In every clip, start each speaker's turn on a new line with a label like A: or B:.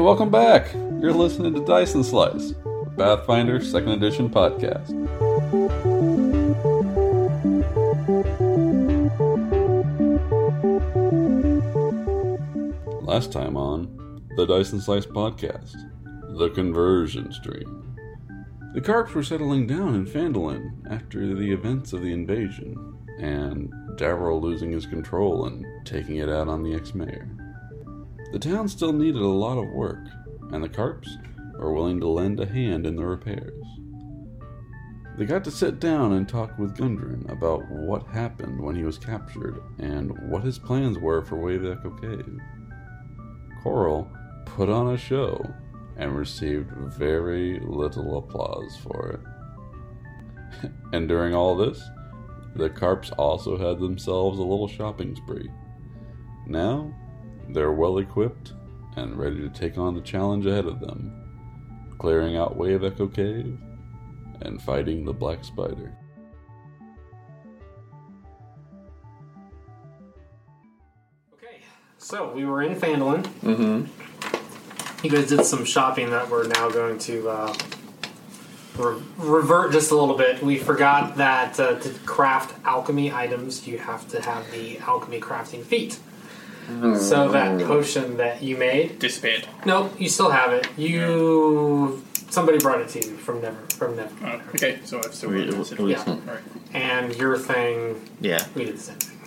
A: welcome back. You're listening to Dice and Slice, a Pathfinder 2nd Edition podcast. Last time on the Dice and Slice podcast, the conversion stream. The Carps were settling down in Fandolin after the events of the invasion, and Davril losing his control and taking it out on the ex mayor. The town still needed a lot of work, and the Carps were willing to lend a hand in the repairs. They got to sit down and talk with Gundren about what happened when he was captured and what his plans were for Wave Echo Cave. Coral put on a show and received very little applause for it. and during all this, the Carps also had themselves a little shopping spree. Now, they're well equipped and ready to take on the challenge ahead of them, clearing out Wave Echo Cave and fighting the Black Spider.
B: Okay, so we were in Fandolin. Mm-hmm.
C: Mm-hmm.
B: You guys did some shopping that we're now going to uh, re- revert just a little bit. We forgot that uh, to craft alchemy items, you have to have the alchemy crafting feat. So that
C: Mm.
B: potion that you made,
D: Dissipate.
B: nope, you still have it. You somebody brought it to you from never from never,
E: Uh,
D: Oh, okay, so I've still
F: We-
D: got it.
F: we-
D: All right.
B: and your thing
F: Yeah.
B: we did the same thing.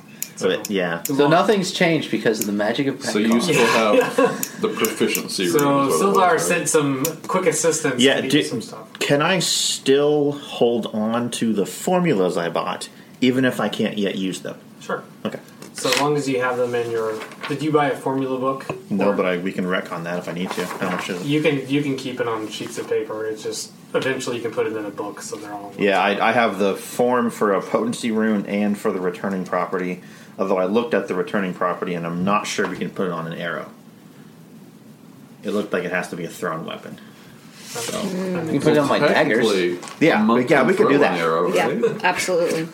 F: But, yeah. So
B: Well-
F: nothing's changed because of the magic of
C: So you
F: Pentecost.
C: still have the proficiency. rating
B: So
C: is what it was,
B: Sildar
C: right?
B: sent some quick assistance.
F: Yeah,
B: to get
F: do-
B: you some stuff.
F: Can I still hold on to the formulas I bought, even if I can't yet use them?
B: Sure.
F: Okay.
B: So long as you have them in your, did you buy a formula book?
F: No,
B: Or-
F: but I, we can wreck on that if I need to. How much is it?
B: you can you can keep it on sheets of paper. It's just eventually you can put it in a book, so they're all
F: Yeah, I, I have the form for a potency rune and for the returning property. Although I looked at the returning property and I'm not sure we can put it on an arrow. It looked like it has to be a thrown weapon. You can put it on my daggers.
C: Technically,
F: Yeah,
C: a monk
F: we- yeah,
C: can
F: we could
C: throw
F: do
C: an
F: that.
C: Arrow,
G: Yeah,
C: right?
G: absolutely.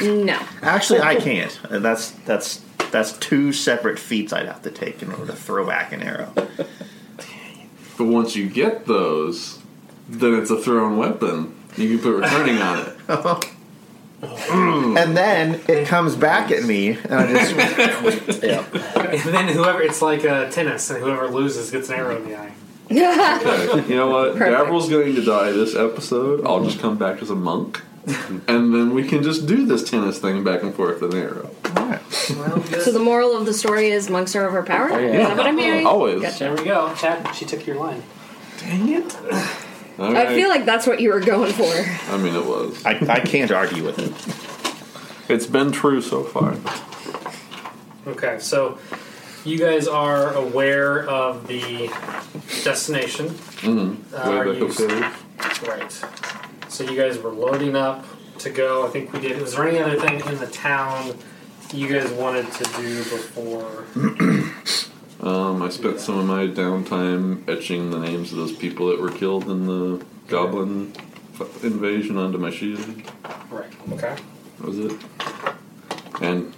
G: No.
F: Actually, I can't. That's that's that's two separate feats I'd have to take in order to throw back an arrow.
C: But once you get those, then it's a thrown weapon. You can put returning on it.
F: and then it comes back at me, and I just yeah,
B: And then whoever it's like a tennis, and whoever loses gets an arrow in the eye.
C: Okay, you know what?
G: Perfect.
C: Davril's going to die this episode. I'll just come back as a monk. and then we can just do this tennis thing back and forth with an arrow.
G: so the moral of the story is monks are overpowered. Is that what I'm hearing?
C: Always.
G: Gotcha.
B: There we go, Chad. She took your line.
C: Dang it.
G: I feel like that's what you were going for.
C: I mean, it was.
F: I, I can't argue with it.
C: It's been true so far.
B: Okay, so you guys are aware of the destination.
F: Mm-hmm.
B: Uh,
C: Way
B: are
C: back
B: you-
C: up there.
B: Right. So you guys were loading up to go. I think we did. Was there any other thing in the town you guys wanted to do before?
C: Um, I spent some of my downtime etching the names of those people that were killed in the goblin f- invasion onto my shield.
B: Right. Okay.
C: That was it. And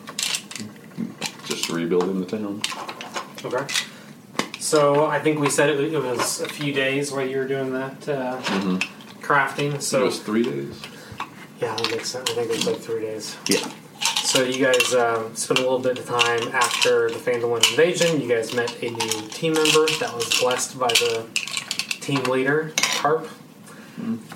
C: just rebuilding the town.
B: Okay. So I think we said it, it was a few days while you were doing that uh, crafting.
C: Mm-hmm. it
B: So
C: was three days.
B: yeah, that makes sense. I think it was like three days.
F: Yeah,
B: So you guys um, spent a little bit of time after the Fandolin invasion. You guys met a new team member that was blessed by the team leader, Carp.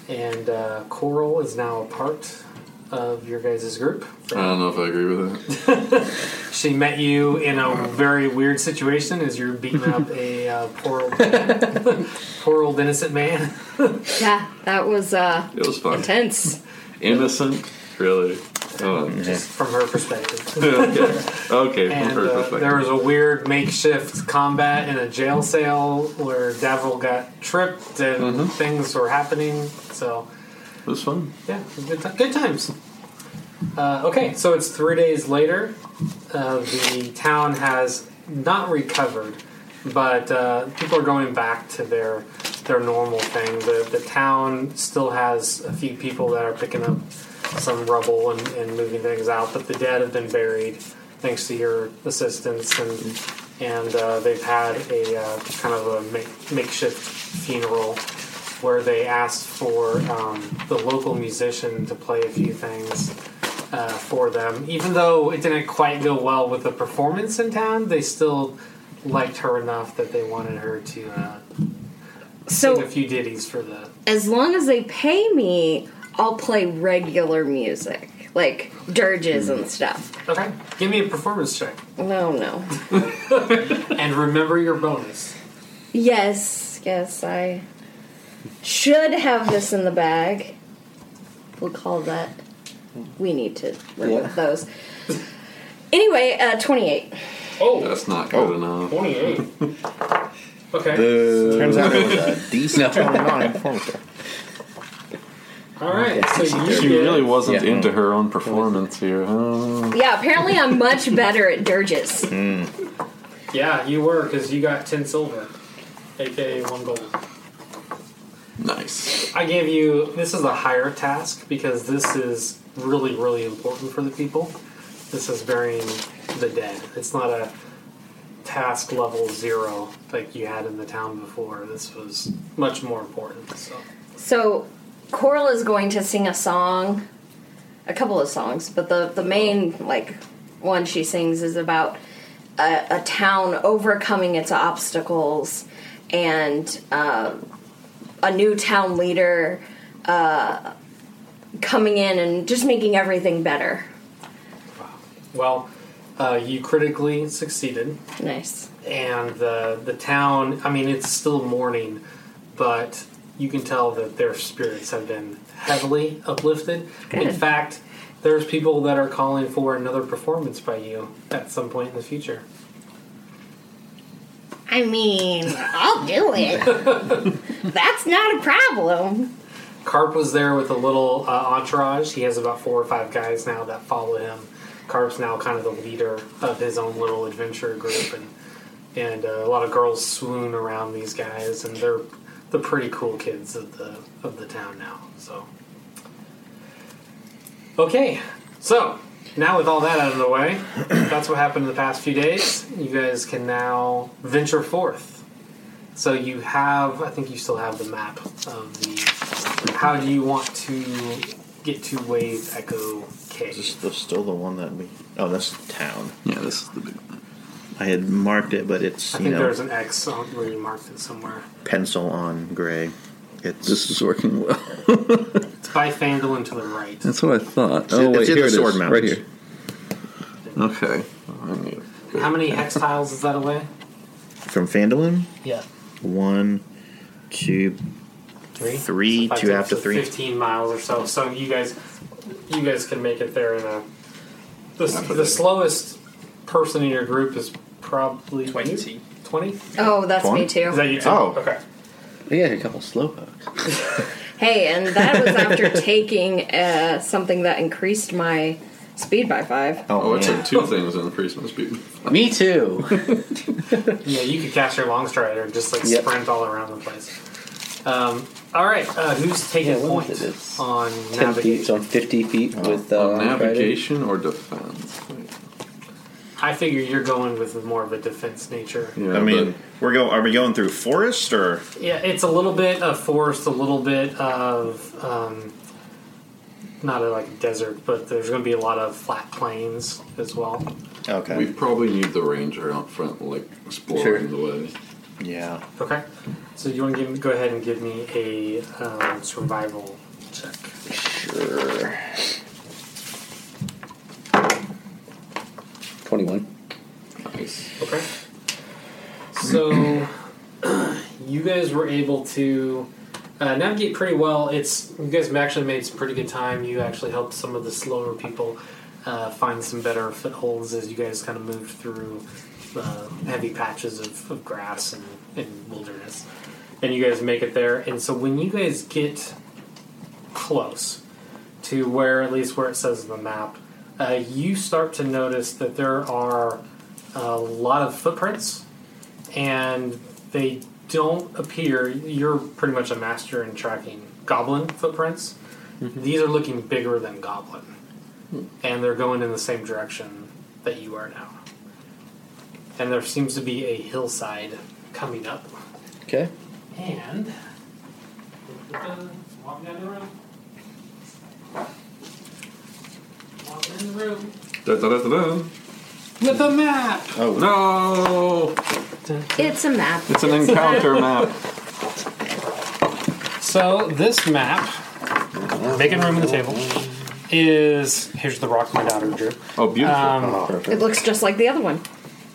B: And uh, Coral is now a part of your guys' group.
C: I don't know if I agree with that.
B: She met you in a very weird situation as you're beating up a uh, poor, old poor old innocent man.
G: Yeah, that was uh,
C: It was fun.
G: intense.
C: Innocent, really. Oh,
B: Just from her perspective.
C: okay. Okay, from
B: And
C: her
B: uh,
C: perspective.
B: there was a weird makeshift combat in a jail cell where Devil got tripped and things were happening. So,
C: it was fun.
B: yeah, it was good, ti- good times. Uh, okay, so it's three days later. Uh, the town has not recovered, but uh, people are going back to their their normal thing. The, the town still has a few people that are picking up some rubble and, and moving things out, but the dead have been buried thanks to your assistance and and uh, they've had a uh, kind of a make- makeshift funeral where they asked for um, the local musician to play a few things uh, for them. Even though it didn't quite go well with the performance in town, they still liked her enough that they wanted her to uh, sing
G: So
B: a few ditties for the.
G: as long as they pay me, I'll play regular music, like dirges and stuff.
B: Okay, give me a performance check
G: No, no.
B: and remember your bonus.
G: Yes, yes, I should have this in the bag. We'll call that. We need to remove
F: Yeah.
G: those. Anyway, uh, 28.
B: Oh,
C: That's not good enough.
B: 28. Okay.
F: Turns out it was a DC twenty nine performance check.
B: All right. So you
C: She
B: get-
C: really wasn't
F: Yeah.
C: into her own performance here, huh?
G: Yeah, apparently I'm much better at dirges.
B: Yeah, you were because you got ten silver, aka one gold.
C: Nice.
B: I gave you this is a higher task because this is really really important for the people. This is burying the dead. It's not a task level zero like you had in the town before. This was much more important. So
G: So, Coral is going to sing a song, a couple of songs, but the, the main like one she sings is about a, a town overcoming its obstacles and uh, a new town leader uh, coming in and just making everything better.
B: well, uh, you critically succeeded.
G: Nice.
B: and the the town. I mean, it's still morning, but you can tell that their spirits have been heavily uplifted. In
G: Good.
B: fact, there's people that are calling for another performance by you at some point in the future.
G: I mean, I'll do it. That's not a problem.
B: Carp was there with a little uh, entourage. He has about four or five guys now that follow him. Carp's now kind of the leader of his own little adventure group, and and uh, a lot of girls swoon around these guys, and they're the pretty cool kids of the of the town now. So, okay, so now with all that out of the way, that's what happened in the past few days. You guys can now venture forth. So you have, I think you still have the map of the. How do you want to get to Wave Echo K?
F: Is this the, still the one that we? Oh, that's town.
C: Yeah, this is the big one.
F: I had marked it, but it's
B: I
F: you
B: think
F: know
B: there's an X on where you marked it somewhere.
F: pencil on gray. It's
C: This is working well.
B: It's by Fandolin to the right.
C: That's what I thought.
F: It's-
C: Oh, wait,
F: it's in
C: here it
F: the
C: is.
F: Sword
C: Right
F: Mountains.
C: here. Okay. I need it.
B: How many hex tiles is that away?
F: from Fandolin.
B: Yeah,
F: One, two,
B: three.
F: Three,
B: Five,
F: two
B: six,
F: after three.
B: Fifteen miles or so. So you guys, you guys can make it there in a. The,
C: After
B: the
C: the-
B: slowest person in your group is probably you?
D: 20.
B: Twenty?
G: Oh, that's
F: One?
G: me too.
B: Is that you? Two?
F: Oh.
B: okay.
D: We had a couple slowpokes.
G: Hey, and that was after taking uh, something that increased my speed by five.
C: Oh, it
F: man.
C: took two things in Christmas speed.
D: Me too.
B: Yeah, you could cast your long strider and just like
D: Yep.
B: sprint all around the place. Um, all right, uh, who's taking
D: Yeah, what
B: point
D: is it? It's
B: on
D: 10 feet,
B: navigation?
D: so I'm 50 feet with uh,
C: On
D: Friday.
C: navigation or defense?
B: I figure you're going with more of a defense nature.
C: Yeah,
F: I mean, we're going. Are we going through forest or?
B: Yeah, it's a little bit of forest, a little bit of um, not a, like desert, but there's going to be a lot of flat plains as well.
C: but
F: Okay.
C: we probably need the ranger out front, like exploring
D: Sure.
C: the way.
F: yeah.
B: Okay, so you want to give, go ahead and give me a um, survival check.
D: Sure. 21.
C: Nice.
B: Okay. So you guys were able to uh, navigate pretty well. It's you guys actually made some pretty good time. You actually helped some of the slower people uh, find some better footholds as you guys kind of moved through uh, heavy patches of, of grass and, and wilderness. And you guys make it there. And so when you guys get close, to where at least where it says in the map, uh, you start to notice that there are a lot of footprints, and they don't appear. You're pretty much a master in tracking goblin footprints. These are looking bigger than Hmm. goblin, and they're going in the same direction that you are now. and there seems to be a hillside coming up.
D: Okay.
B: And walking down the road. Walking down the road
C: Da, da, da, da, da.
B: with a map.
F: Oh,
C: No!
G: It's a map.
C: It's an encounter map.
B: So this map, making room in the table, is here's the rock my daughter drew.
C: Oh, beautiful.
B: Um,
G: It looks just like the other one.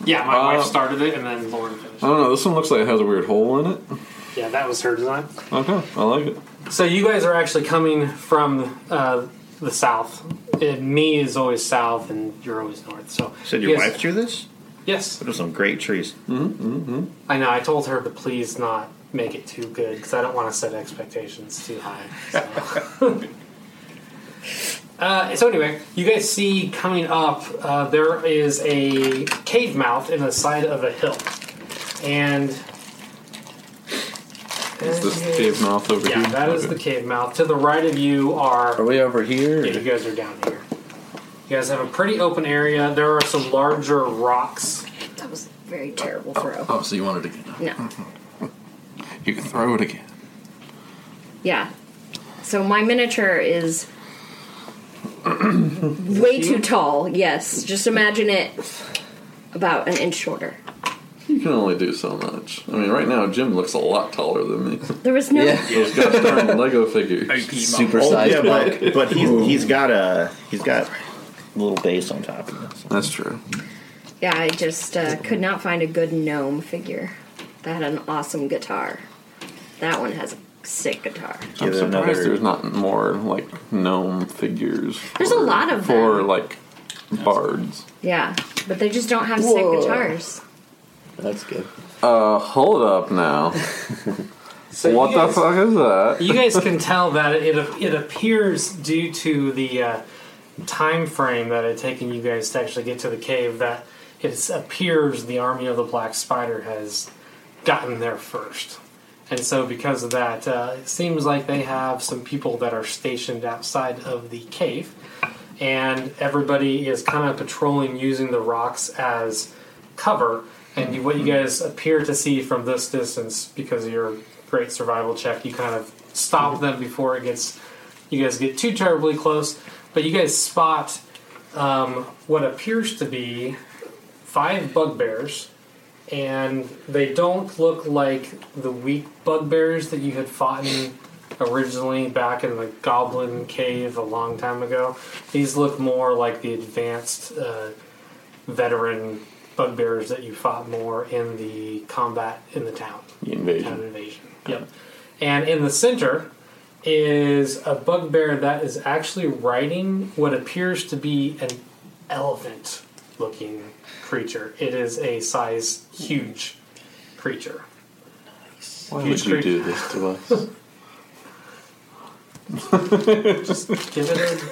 B: yeah, my
C: Uh,
B: wife started it, and then Lauren finished.
C: I don't know. Oh, This one looks like it has a weird hole in it.
B: it. Yeah, that was her design.
C: Okay, I like it.
B: So you guys are actually coming from uh, the south. It, me is always south, and you're always north. So
F: said your
B: you guys-
F: wife drew this?
B: Yes,
F: Those are some great trees.
B: I know. I told her to please not make it too good because I don't want to set expectations too high. So. Uh, so anyway, you guys see coming up, uh, there is a cave mouth in the side of a hill, and
C: Is this the cave mouth over
B: Yeah,
C: here?
B: that is
C: Okay.
B: the cave mouth. To the right of you are
D: Are we over
B: yeah, you
D: here?
B: guys are down here. You guys have a pretty open area. There are some larger rocks.
G: That was a very terrible throw.
C: Oh, so you want it again?
G: No.
C: You can throw it again.
G: Yeah. So my miniature is way too tall. Yes. Just imagine it about an inch shorter.
C: You can only do so much. I mean, right now Jim looks a lot taller than me.
G: There was no.
D: Yeah.
C: Those gosh darn Lego figures.
D: Super
F: Oh,
D: sized
F: yeah,
D: block.
F: but, but he's, he's got a he's got a little base on top of this.
C: That's true.
G: Yeah, I just uh, could not find a good gnome figure that had an awesome guitar. That one has a sick guitar.
C: I'm
F: Give it
C: surprised
F: another-
C: there's not more like gnome figures.
G: There's a
C: for-
G: lot of
C: for
G: them.
C: like bards.
G: Yeah, but they just don't have
D: Whoa.
G: sick guitars.
D: That's good.
C: Uh, hold up now.
B: So
C: what
B: you
C: the
B: guys-
C: fuck is that?
B: You guys can tell that it it appears due to the uh, time frame that it taken you guys to actually get to the cave that it appears the army of the Black Spider has gotten there first, and so because of that, uh, it seems like they have some people that are stationed outside of the cave, and everybody is kind of patrolling using the rocks as cover. And you, what you guys appear to see from this distance, because of your great survival check, you kind of stop them before it gets you guys get too terribly close. But you guys spot um, what appears to be five bugbears, and they don't look like the weak bugbears that you had fought in originally back in the goblin cave a long time ago. These look more like the advanced uh, veteran bugbears that you fought more in the combat in the town
C: The
B: town
C: invasion.
B: invasion. Yep. And in the center is a bugbear that is actually riding what appears to be an elephant looking creature. It is a size huge creature.
C: Why
B: Huge
C: would you do this to us?
B: Give it a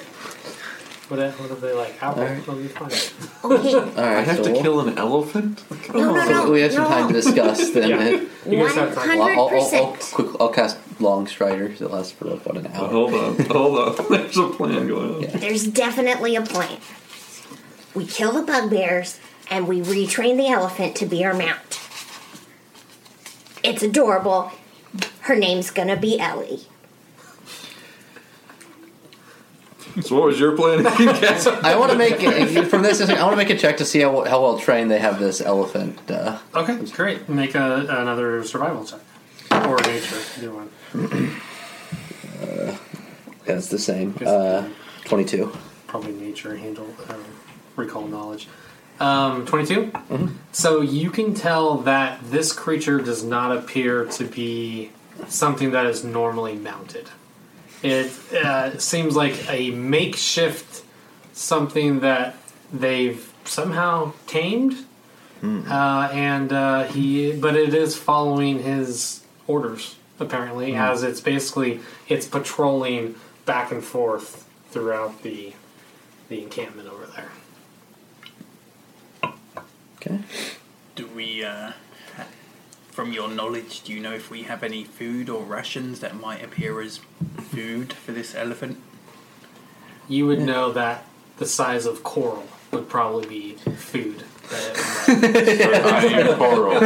B: what, what are they like? Apple?
D: All right.
B: It'll be fine.
D: All right.
C: I have
D: so
C: to
D: we'll-
C: kill an elephant.
G: No, no, no.
D: We have some time to discuss then.
B: Yeah.
D: man.
B: You guys have time.
D: Well, I'll, I'll, I'll,
G: 100%.
D: quick, I'll cast Long Strider. It lasts for about an
C: Uh,
D: hour.
C: hold on, hold on. There's a plan going on.
D: Yeah.
H: There's definitely a plan. We kill the bugbears and we retrain the elephant to be our mount. It's adorable. Her name's gonna be Ellie.
C: So what was your plan?
D: I want to make from this. I want to make a check to see how, how well trained they have this elephant. Uh,
B: Okay, great. Make a, another survival check. Or nature, either one.
D: and it's the same. Uh, Twenty-two.
B: probably nature handle um, recall knowledge. Um, 22. So you can tell that this creature does not appear to be something that is normally mounted. It uh, seems like a makeshift something that they've somehow tamed, uh, and uh, he. But it is following his orders apparently, as it's basically it's patrolling back and forth throughout the the encampment over there.
D: Okay.
E: Do we, uh, ha- from your knowledge, do you know if we have any food or rations that might appear as food for this elephant?
B: You would know that the size of coral would probably be food. that it would
C: I'm Coral.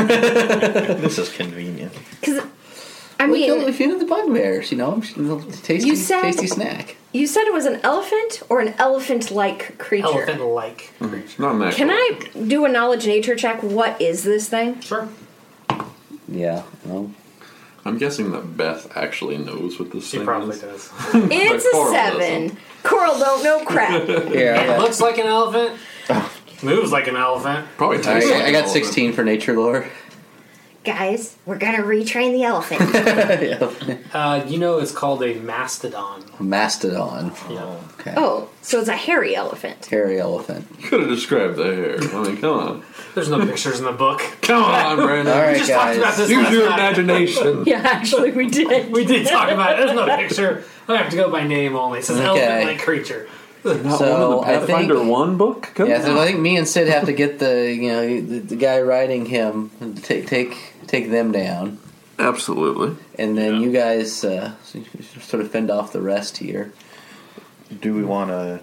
F: this is convenient.
G: Because, I
D: we killed a
G: mean,
D: few of the bugbears, you know. Tasty,
G: uh, You said-
D: tasty snack.
G: you said it was an elephant or an elephant like creature.
B: Elephant like.
D: Mm-hmm.
C: Not an
G: Can
C: actual-
G: I do a knowledge nature check? What is this thing?
B: Sure.
D: Yeah. Well,
C: I'm guessing that Beth actually knows what this
B: She
C: thing
B: probably
C: is.
B: does.
G: It's a
C: Coral doesn't.
G: seven. Coral don't know crap.
D: yeah. I
B: It
D: got-
B: looks like an elephant.
D: Oh.
B: Moves like an elephant.
C: Probably
D: I,
C: tastes like
D: I got
C: all of it.
D: 16 for nature lore.
H: Guys, we're gonna retrain the elephant.
D: Yeah.
B: Uh, you know it's called a mastodon.
D: Oh. Mastodon.
B: Yeah.
D: Okay.
G: Oh, so it's a hairy elephant.
D: Hairy elephant.
C: You could have described the hair. I mean, come on.
B: There's no pictures in the book.
C: Come on, Brandon.
D: All
B: We
D: right,
B: just talked about
D: guys.
B: this.
C: Use
B: last
C: your
B: night.
C: imagination.
G: Yeah, actually, we did.
B: We did talk about it. There's no picture. I have to go by name only. It says
D: Okay.
B: elephant like creature.
D: So I think.
C: One book? Come
D: Yeah, so I think me and Sid have to get the you know the, the guy riding him and take take take them down,
C: Absolutely.
D: and then you guys uh, sort of fend off the rest here.
F: Do we want to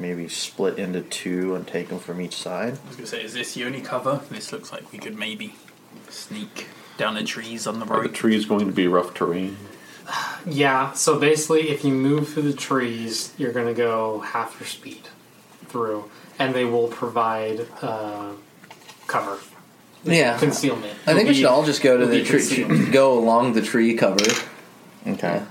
F: maybe split into two and take them from each side?
E: I was gonna say, is this the only cover? This looks like we could maybe sneak down the trees on the
C: Are the
E: road.
C: trees going to be rough terrain?
B: Yeah, so basically, if you move through the trees, you're going to go half your speed through, and they will provide uh, cover,
D: Yeah,
B: concealment.
D: Ah. I think we should all just go to
B: It'll
D: the
B: be
D: tree,
B: concealed.
D: go along the tree cover.
F: Okay.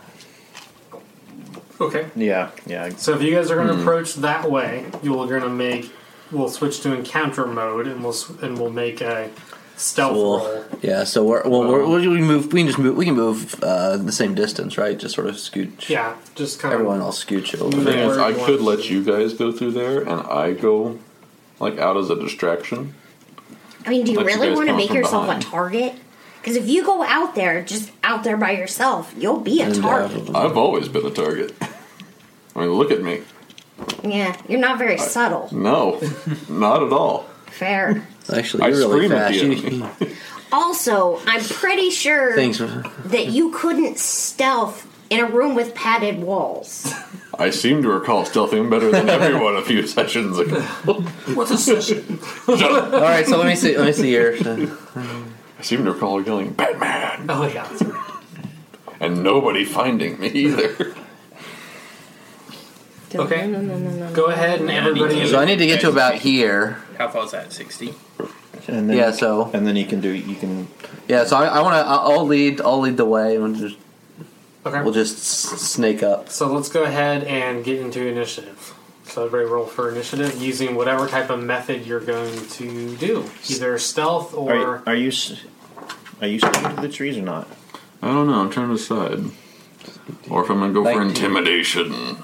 B: Okay.
F: Yeah, yeah.
B: So if you guys are going to approach that way, you're going to make. We'll switch to encounter mode, and we'll s- and we'll make a stealth roll.
D: Cool. Yeah, so we're, well, we're, we can move. We can just move. We can move uh, the same distance, right? Just sort of scooch.
B: Yeah, just kind
D: Everyone
B: of.
D: else scooch
C: The
D: over.
C: thing is,
B: Where
C: I
B: you want
C: could
B: to
C: let
B: see.
C: you guys go through there, and I go like out as a distraction.
H: I mean, do you
C: Let you
H: really
C: guys
H: want to
C: come
H: make
C: from
H: yourself
C: behind.
H: a target? Because if you go out there, just out there by yourself, you'll be a target.
C: I've always been a target. I mean, look at me.
H: Yeah, you're not very subtle.
C: No, not at all.
H: Fair.
D: Actually,
C: I
D: you're really
C: scream at
D: fast.
C: the
D: You,
C: enemy.
H: Also, I'm pretty sure
D: things.
H: that you couldn't stealth in a room with padded walls.
C: I seem to recall stealthing better than everyone a few sessions ago.
B: What's a session?
D: All right, so let me see. Let me see here.
C: I seem to recall yelling Batman
B: Oh yeah, that's right.
C: and nobody finding me either.
B: Okay. Go ahead and everybody.
D: So I need to get to about here.
E: How far is that? Sixty.
F: And then,
D: Yeah. So
F: And then you can do, you can,
D: yeah. So I, I want to. I'll lead. I'll lead the way. And we'll just we'll
B: Okay.
D: just s- snake up.
B: So let's go ahead and get into initiative. So everybody roll for initiative using whatever type of method you're going to do, either stealth
F: are,
B: or
F: you- are you, s- are you sticking to the trees or not?
C: I don't know. I'm trying to decide, or if I'm gonna go for
D: Nineteen.
C: intimidation.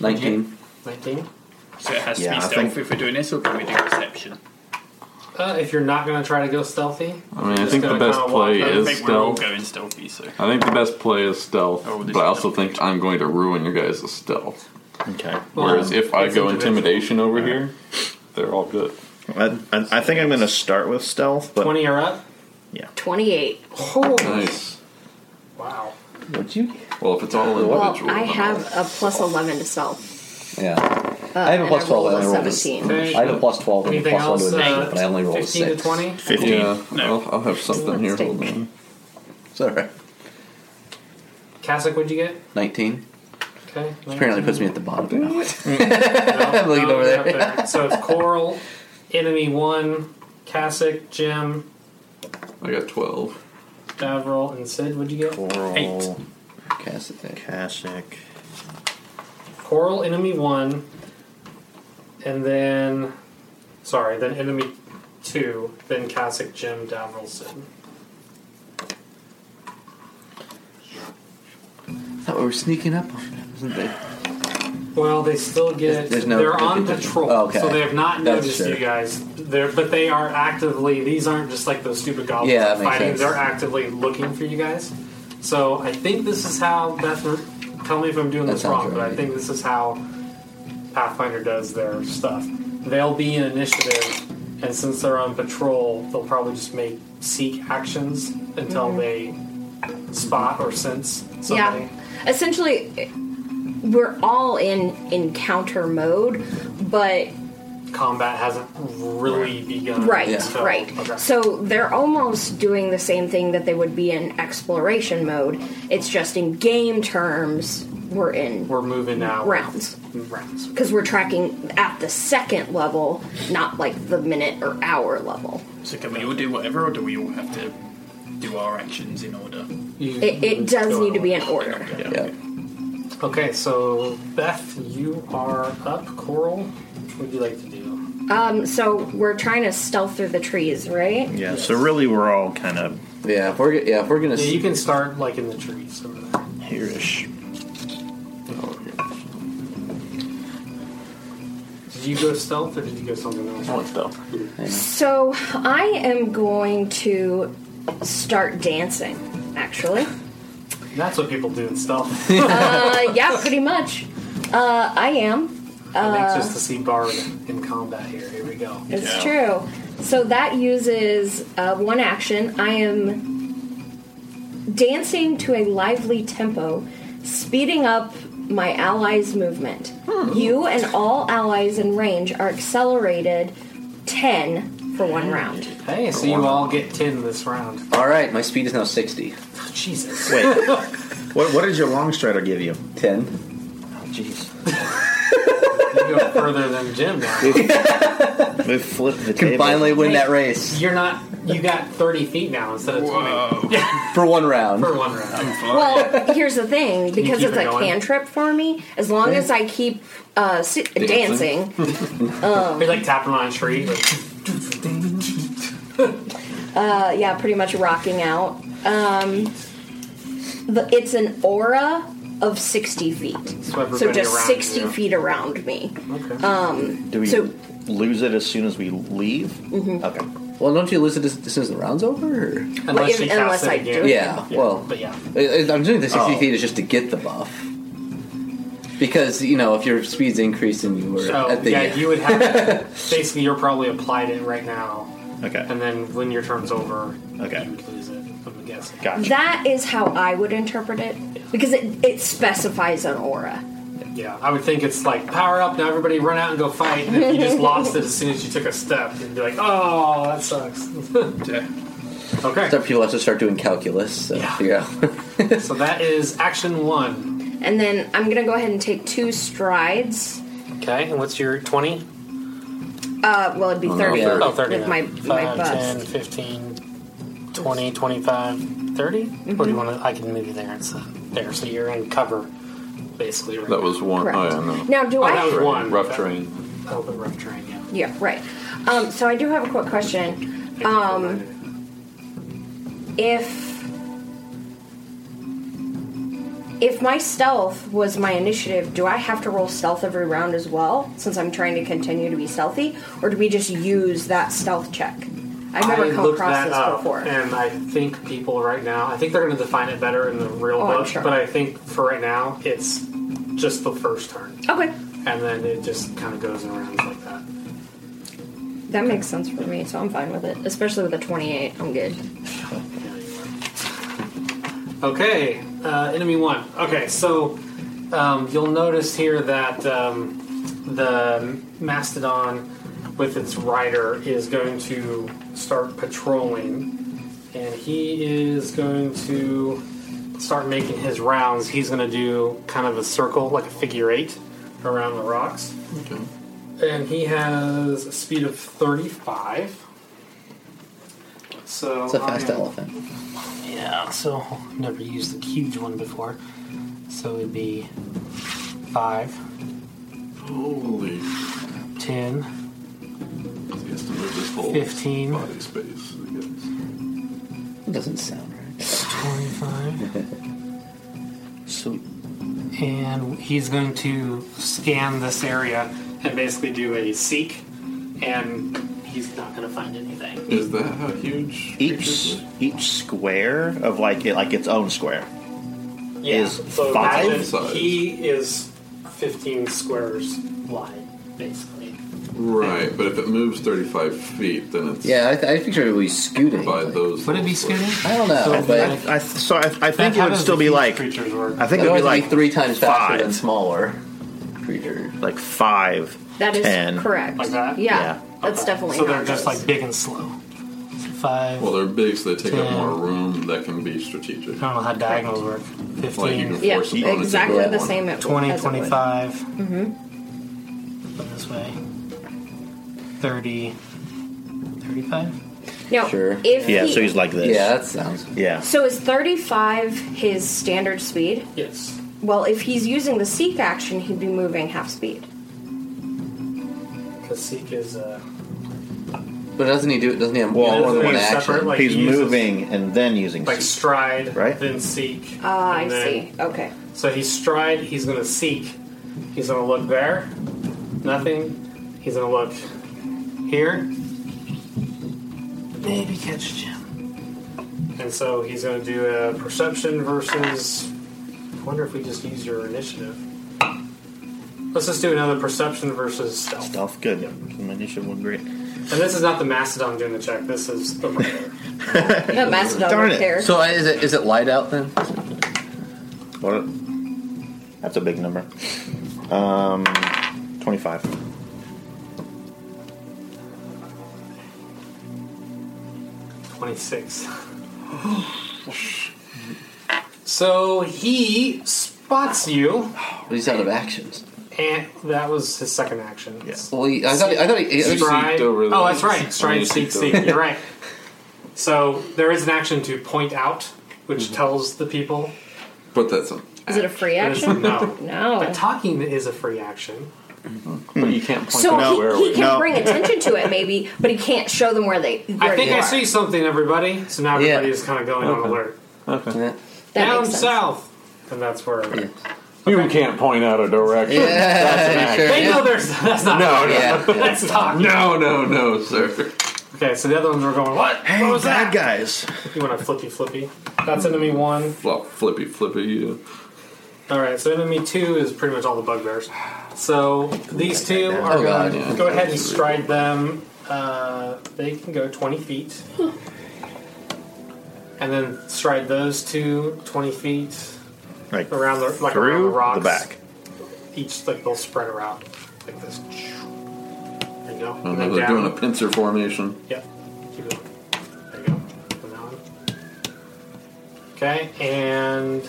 D: Nineteen.
B: nineteen.
E: So it has to
F: Yeah, I
E: be
F: think-
E: stealth if we're doing this, or can we do perception?
B: Uh, if you're not going to try to go stealthy,
C: I mean, I
B: Just
C: think the
B: gonna
C: best
B: kinda walk
C: play
B: up.
E: I
C: is
E: think we're all
C: stealth.
E: going stealthy, so
C: I think the best play is stealth,
E: Oh, this
C: but I
E: is
C: also
E: not
C: think I'm going to ruin your guys' stealth.
F: Okay.
C: Whereas if I
B: it's
C: go
B: individual.
C: intimidation over here, they're all good.
F: I, I, I think I'm going to start with stealth, but
B: twenty or up.
G: 28.
C: Nice.
B: Wow.
D: Would you?
C: Well, if it's all
G: Well,
C: individual,
G: I
C: then
G: have
C: I'll-
G: a plus 11 to stealth.
D: Yeah.
G: Uh,
D: I have a
G: and
D: plus 12,
G: rolled
D: I
G: a
D: rolled a
G: 17.
B: Okay.
D: I have a plus twelve and a
B: Anything
D: plus one
B: else?
D: to initiative,
B: Uh,
D: but I only rolled a
B: Fifteen to
D: six.
B: twenty.
F: 15.
C: Yeah,
E: No.
C: I'll, I'll have something here. Hold on.
D: Sorry.
B: Cassock, what'd you get?
D: Nineteen.
B: Okay.
D: Apparently puts me at the bottom.
B: I'm
D: looking over there.
B: So it's Coral, Enemy One, Cassock, Jim,
C: I got twelve.
B: Davril, and Sid. What'd you get?
F: Coral,
D: Cassidy.
F: Kasich.
B: Coral, Enemy One, and then sorry, then Enemy Two, then Cassock, Jim, Davril, Sid.
D: I thought we were sneaking up on them, wasn't they?
B: Well, they still get.
D: There's no-
B: they're on
D: there's-
B: patrol,
D: okay.
B: so they have not
D: That's
B: noticed
D: true.
B: you guys. They're, but they are actively. These aren't just like those stupid goblins
D: Yeah, that makes
B: fighting.
D: sense.
B: They're actively looking for you guys. So I think this is how Beth. Tell me if I'm doing
D: That
B: this
D: sounds
B: wrong, but I
D: right.
B: think this is how Pathfinder does their stuff. They'll be in initiative, and since they're on patrol, they'll probably just make seek actions until they spot or sense somebody.
G: Yeah. Essentially, we're all in encounter mode, but
B: combat hasn't really begun.
G: Right,
D: Yeah.
B: So,
G: right.
B: okay.
G: So they're almost doing the same thing that they would be in exploration mode. It's just in game terms, we're in
B: we're moving now.
G: rounds.
B: Rounds.
G: Because we're tracking at the second level, not like the minute or hour level.
E: So can we all do whatever, or do we all have to do our actions in order?
B: You-
G: It, it does
B: Go
G: need to be
B: on.
G: in order.
D: Yeah.
B: Okay, so Beth, you are up. Coral, what would you like to do?
G: Um, so we're trying to stealth through the trees, right?
F: Yeah. So really, we're all kind of
D: Yeah, if we're, yeah, if we're gonna.
B: Yeah, you
D: s
B: can start like in the trees over there.
F: here-ish.
B: Did you go stealth or did you go something else?
F: stuff.
G: So I am going to start dancing, actually.
B: That's what people do in stealth.
G: Uh, yeah, pretty much. Uh, I am.
B: I'm anxious to see Bard in combat here. Here we go.
G: It's
F: Yeah.
G: true. So that uses uh, one action. I am dancing to a lively tempo, speeding up my allies' movement. You and all allies in range are accelerated 10 for one round.
B: Hey, so you all get 10 this round.
D: All right, my speed is now sixty.
B: Jesus.
F: Wait. what, what did your long strider give you?
D: Ten.
F: Oh, jeez.
B: You go further than Jim now.
F: We flipped the
D: Can
F: table.
D: finally win that race
B: You're not, you got 30 feet now instead of 20
D: for one round.
B: for one round.
G: Well, here's the thing because
B: keep
G: it's
B: it
G: a
B: going?
G: cantrip for me, as long as I keep uh, si- dancing,
C: Dancing.
B: You're like tapping on a tree. Like,
G: uh, yeah, pretty much rocking out. Um, the, it's an aura of 60 feet.
B: so everybody
G: So just
B: around
G: 60
B: you.
G: feet around me.
B: Okay.
F: Do we
G: So-
F: lose it as soon as we leave? Mm-hmm. Okay.
D: Well, don't you lose it as, as soon as the round's over? Or?
B: unless you
G: Well, unless
B: cast it
G: I
B: again.
G: do.
D: Yeah, Well,
B: But yeah.
D: I- I'm doing the sixty
F: Oh.
D: feet is just to get the buff. Because you know, if your speed's increasing, you were
B: So
D: at the
B: yeah, you would have, basically you're probably applied it right now. And
F: Okay.
B: then when your turn's over,
F: Okay.
B: you would lose it. I'm guessing.
F: Gotcha.
G: That is how I would interpret it because it, it specifies an aura.
B: Yeah, I would think it's like power up now. Everybody run out and go fight. And if you just lost it as soon as you took a step, you'd be like, "Oh, that sucks." okay,
D: Some people have to start doing calculus. So
B: Yeah.
D: figure out.
B: so that is action one.
G: And then I'm going to go ahead and take two strides.
B: Okay, and what's your twenty?
G: Uh, well, it'd be 30
D: yeah.
B: Oh, 30
G: with
B: now.
G: my,
B: 5,
G: my
B: 10,
G: bust.
B: 15, 20, 25, 30? Or
G: Mm-hmm.
B: do you want to? I can move you there. It's uh, there. So you're in cover, basically. Right
C: That was one.
G: Correct.
C: Oh, yeah, no.
G: Now, do
B: Oh,
G: I
B: that was one.
C: Rough terrain.
B: now. Oh, but rough terrain, yeah.
G: Yeah, right. Um, so I do have a quick question. Um, If if my stealth was my initiative, do I have to roll stealth every round as well, since I'm trying to continue to be stealthy, or do we just use that stealth check? I've never
B: I
G: come
B: looked
G: across
B: that
G: this
B: up,
G: before.
B: and I think people right now, I think they're going to define it better in the real
G: Oh, I'm
B: book,
G: sure.
B: but I think for right now, it's just the first turn,
G: okay,
B: and then it just kind of goes in rounds like that.
G: that makes sense for me, so I'm fine with it. Especially with a 28, I'm good.
B: Okay, uh, enemy one. Okay, so um, you'll notice here that um, the mastodon with its rider is going to start patrolling, and he is going to start making his rounds. He's going to do kind of a circle, like a figure eight, around the rocks. And he has a speed of 35. So
D: It's a fast
B: I am-
D: elephant.
B: yeah, so never used the huge one before. So it'd be 5,
C: Holy. He
B: 10,
C: has to move this whole
B: 15.
C: body space. I guess.
D: It doesn't sound right.
B: 25.
D: So
B: And he's going to scan this area and basically do a seek, and he's not going to find anything.
C: Is that how huge? creatures
F: Each
C: look?
F: each square of like it like its own square.
B: Yeah,
F: Is
B: so
F: five?
B: imagine He is 15 squares wide, basically.
C: Right, but if it moves 35 feet, then it's
D: yeah, I, th- I picture it would be scooting.
C: by those.
B: Would it be
C: levels.
B: scooting?
D: I don't know,
B: So
D: but
B: that-
D: I
F: I th- so I, I
B: that-
F: think
B: how
F: it would
B: does
F: still
B: the
F: be
B: huge
F: like
B: Creatures work?
F: I think it
D: it
F: would be
D: would
F: like
D: three times faster
F: five.
D: than smaller creature.
F: like five
G: That is
F: Ten.
G: correct.
B: Like that?
G: Yeah,
F: Yeah.
G: that's
B: Okay.
G: definitely.
B: So
G: how
B: they're
G: it
B: just
G: goes.
B: like big and slow. Five.
C: Well, they're big, so they take up
B: Ten.
C: more room that can be strategic.
B: I don't know how diagonals work.
C: Like you
B: 15,
C: can
G: yeah,
C: force opponents
G: exactly
C: into
G: the
C: one.
G: same. At,
B: 20,
G: as it would. Mm-hmm.
B: 25. Mm-hmm. This way. 30, 35?
G: No,
D: Sure.
G: If
F: Yeah,
G: he-
F: so he's like this.
D: Yeah, that sounds.
F: Yeah.
G: So is 35 his standard speed?
B: Yes.
G: Well, if he's using the seek action, he'd be moving half speed.
B: Because Seek is. Uh,
D: But doesn't he do it? Doesn't he have
F: Well,
D: more than one
B: he's
D: action?
B: separate, like-
F: He's
B: he uses-
F: moving and then using.
B: like
F: seek.
B: stride,
F: Right.
B: then Seek.
G: Ah, I
B: and then-
G: see. Okay.
B: So he's stride, he's going to Seek. He's going to look there. Nothing. He's going to look here. Maybe catch Jim. And so he's going to do a perception versus. I wonder if we just use your initiative. Let's just do another perception versus stealth.
F: Stealth, good. My initiative one great.
B: And this is not the mastodon doing the check. This is the murderer.
G: No, Mastodon
F: Darn
G: don't
F: it.
G: care.
D: So uh, is it is it light out then?
F: What? That's a big number. Um, twenty-five.
B: Twenty-six. so he spots you,
D: But he's out of actions.
B: and that was his second action.
F: Yes.
D: Well, he, I thought he- I thought he, he,
C: Seek.
B: Stride.
C: Seeked over
B: Oh,
C: the-
B: that's right.
C: Oh,
B: Stride,
C: you
B: seek,
C: seeked
B: seek.
C: over.
B: You're right. So there is an action to point out, which
C: Mm-hmm.
B: tells the people.
C: But that's a,
G: Is it a free
B: It is-
G: action?
B: No.
G: No.
B: But talking is a free action.
C: but you can't point
G: So
C: it out where
G: he, he
C: we
G: can
F: No.
G: bring attention to it, maybe, but he can't show them where they. Where
B: I think
G: you
B: I
G: are.
B: see something, everybody. So now
D: Yeah.
B: everybody is kind of going on alert.
D: Yeah.
G: That
B: Down
G: makes sense.
B: south, and that's where
C: You can't point out a direction.
D: Yeah, sure.
B: they
D: yeah.
B: know. There's that's not
C: No, no,
D: Yeah, yeah.
B: that's talking.
C: no, no, no, sir.
B: Okay, so the other ones were going, what? what was that?
F: guys.
B: You want a flippy flippy. That's enemy one.
C: Well, flippy, flippy. yeah.
B: Alright, so enemy two is pretty much all the bugbears. So these two are
D: Oh,
B: going
D: God,
B: to
D: yeah.
B: go ahead and stride them. Uh, they can go 20 feet. and then stride those two 20 feet
F: Like
B: around the, like around the
F: through
B: rocks.
F: the back.
B: Each, like, they'll spread around like this. There you go.
C: I
B: And
C: don't
B: then
C: know, Oh, they're
B: down.
C: doing a pincer formation.
B: Yep. Keep going. There you go. From that one. Okay, and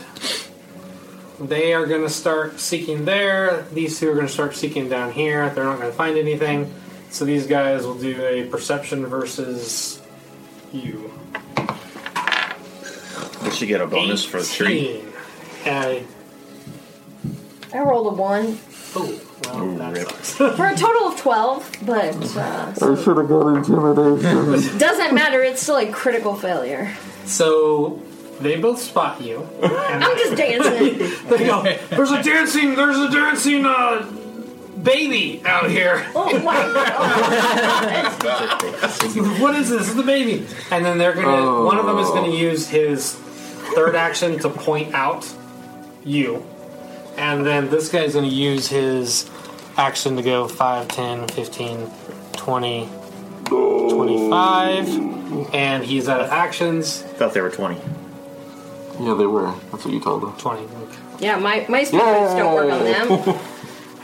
B: they are going to start seeking there. These two are going to start seeking down here. They're not going to find anything. So these guys will do a perception versus you.
F: Did she get a bonus for the tree?
B: 18. And
G: I rolled a one
B: oh, well,
F: Ooh,
B: that
F: rip.
B: sucks.
G: for a total of 12, but. Uh, so-
C: should have got intimidation.
G: doesn't matter, it's still a critical failure.
B: So they both spot you. And
G: I'm just dancing.
B: they go, "There's a dancing, there's a dancing uh, baby out here."
G: oh, wow.
B: what is this? This is the baby. And then they're gonna. One of them is gonna use his third action to point out you, and then this guy's gonna use his action to go 5, 10, 15, 20, 25, and he's out of actions.
F: Thought they were twenty.
C: Yeah, they were. That's what you told them.
B: Twenty. Okay.
G: Yeah, my, my speakers don't work on them.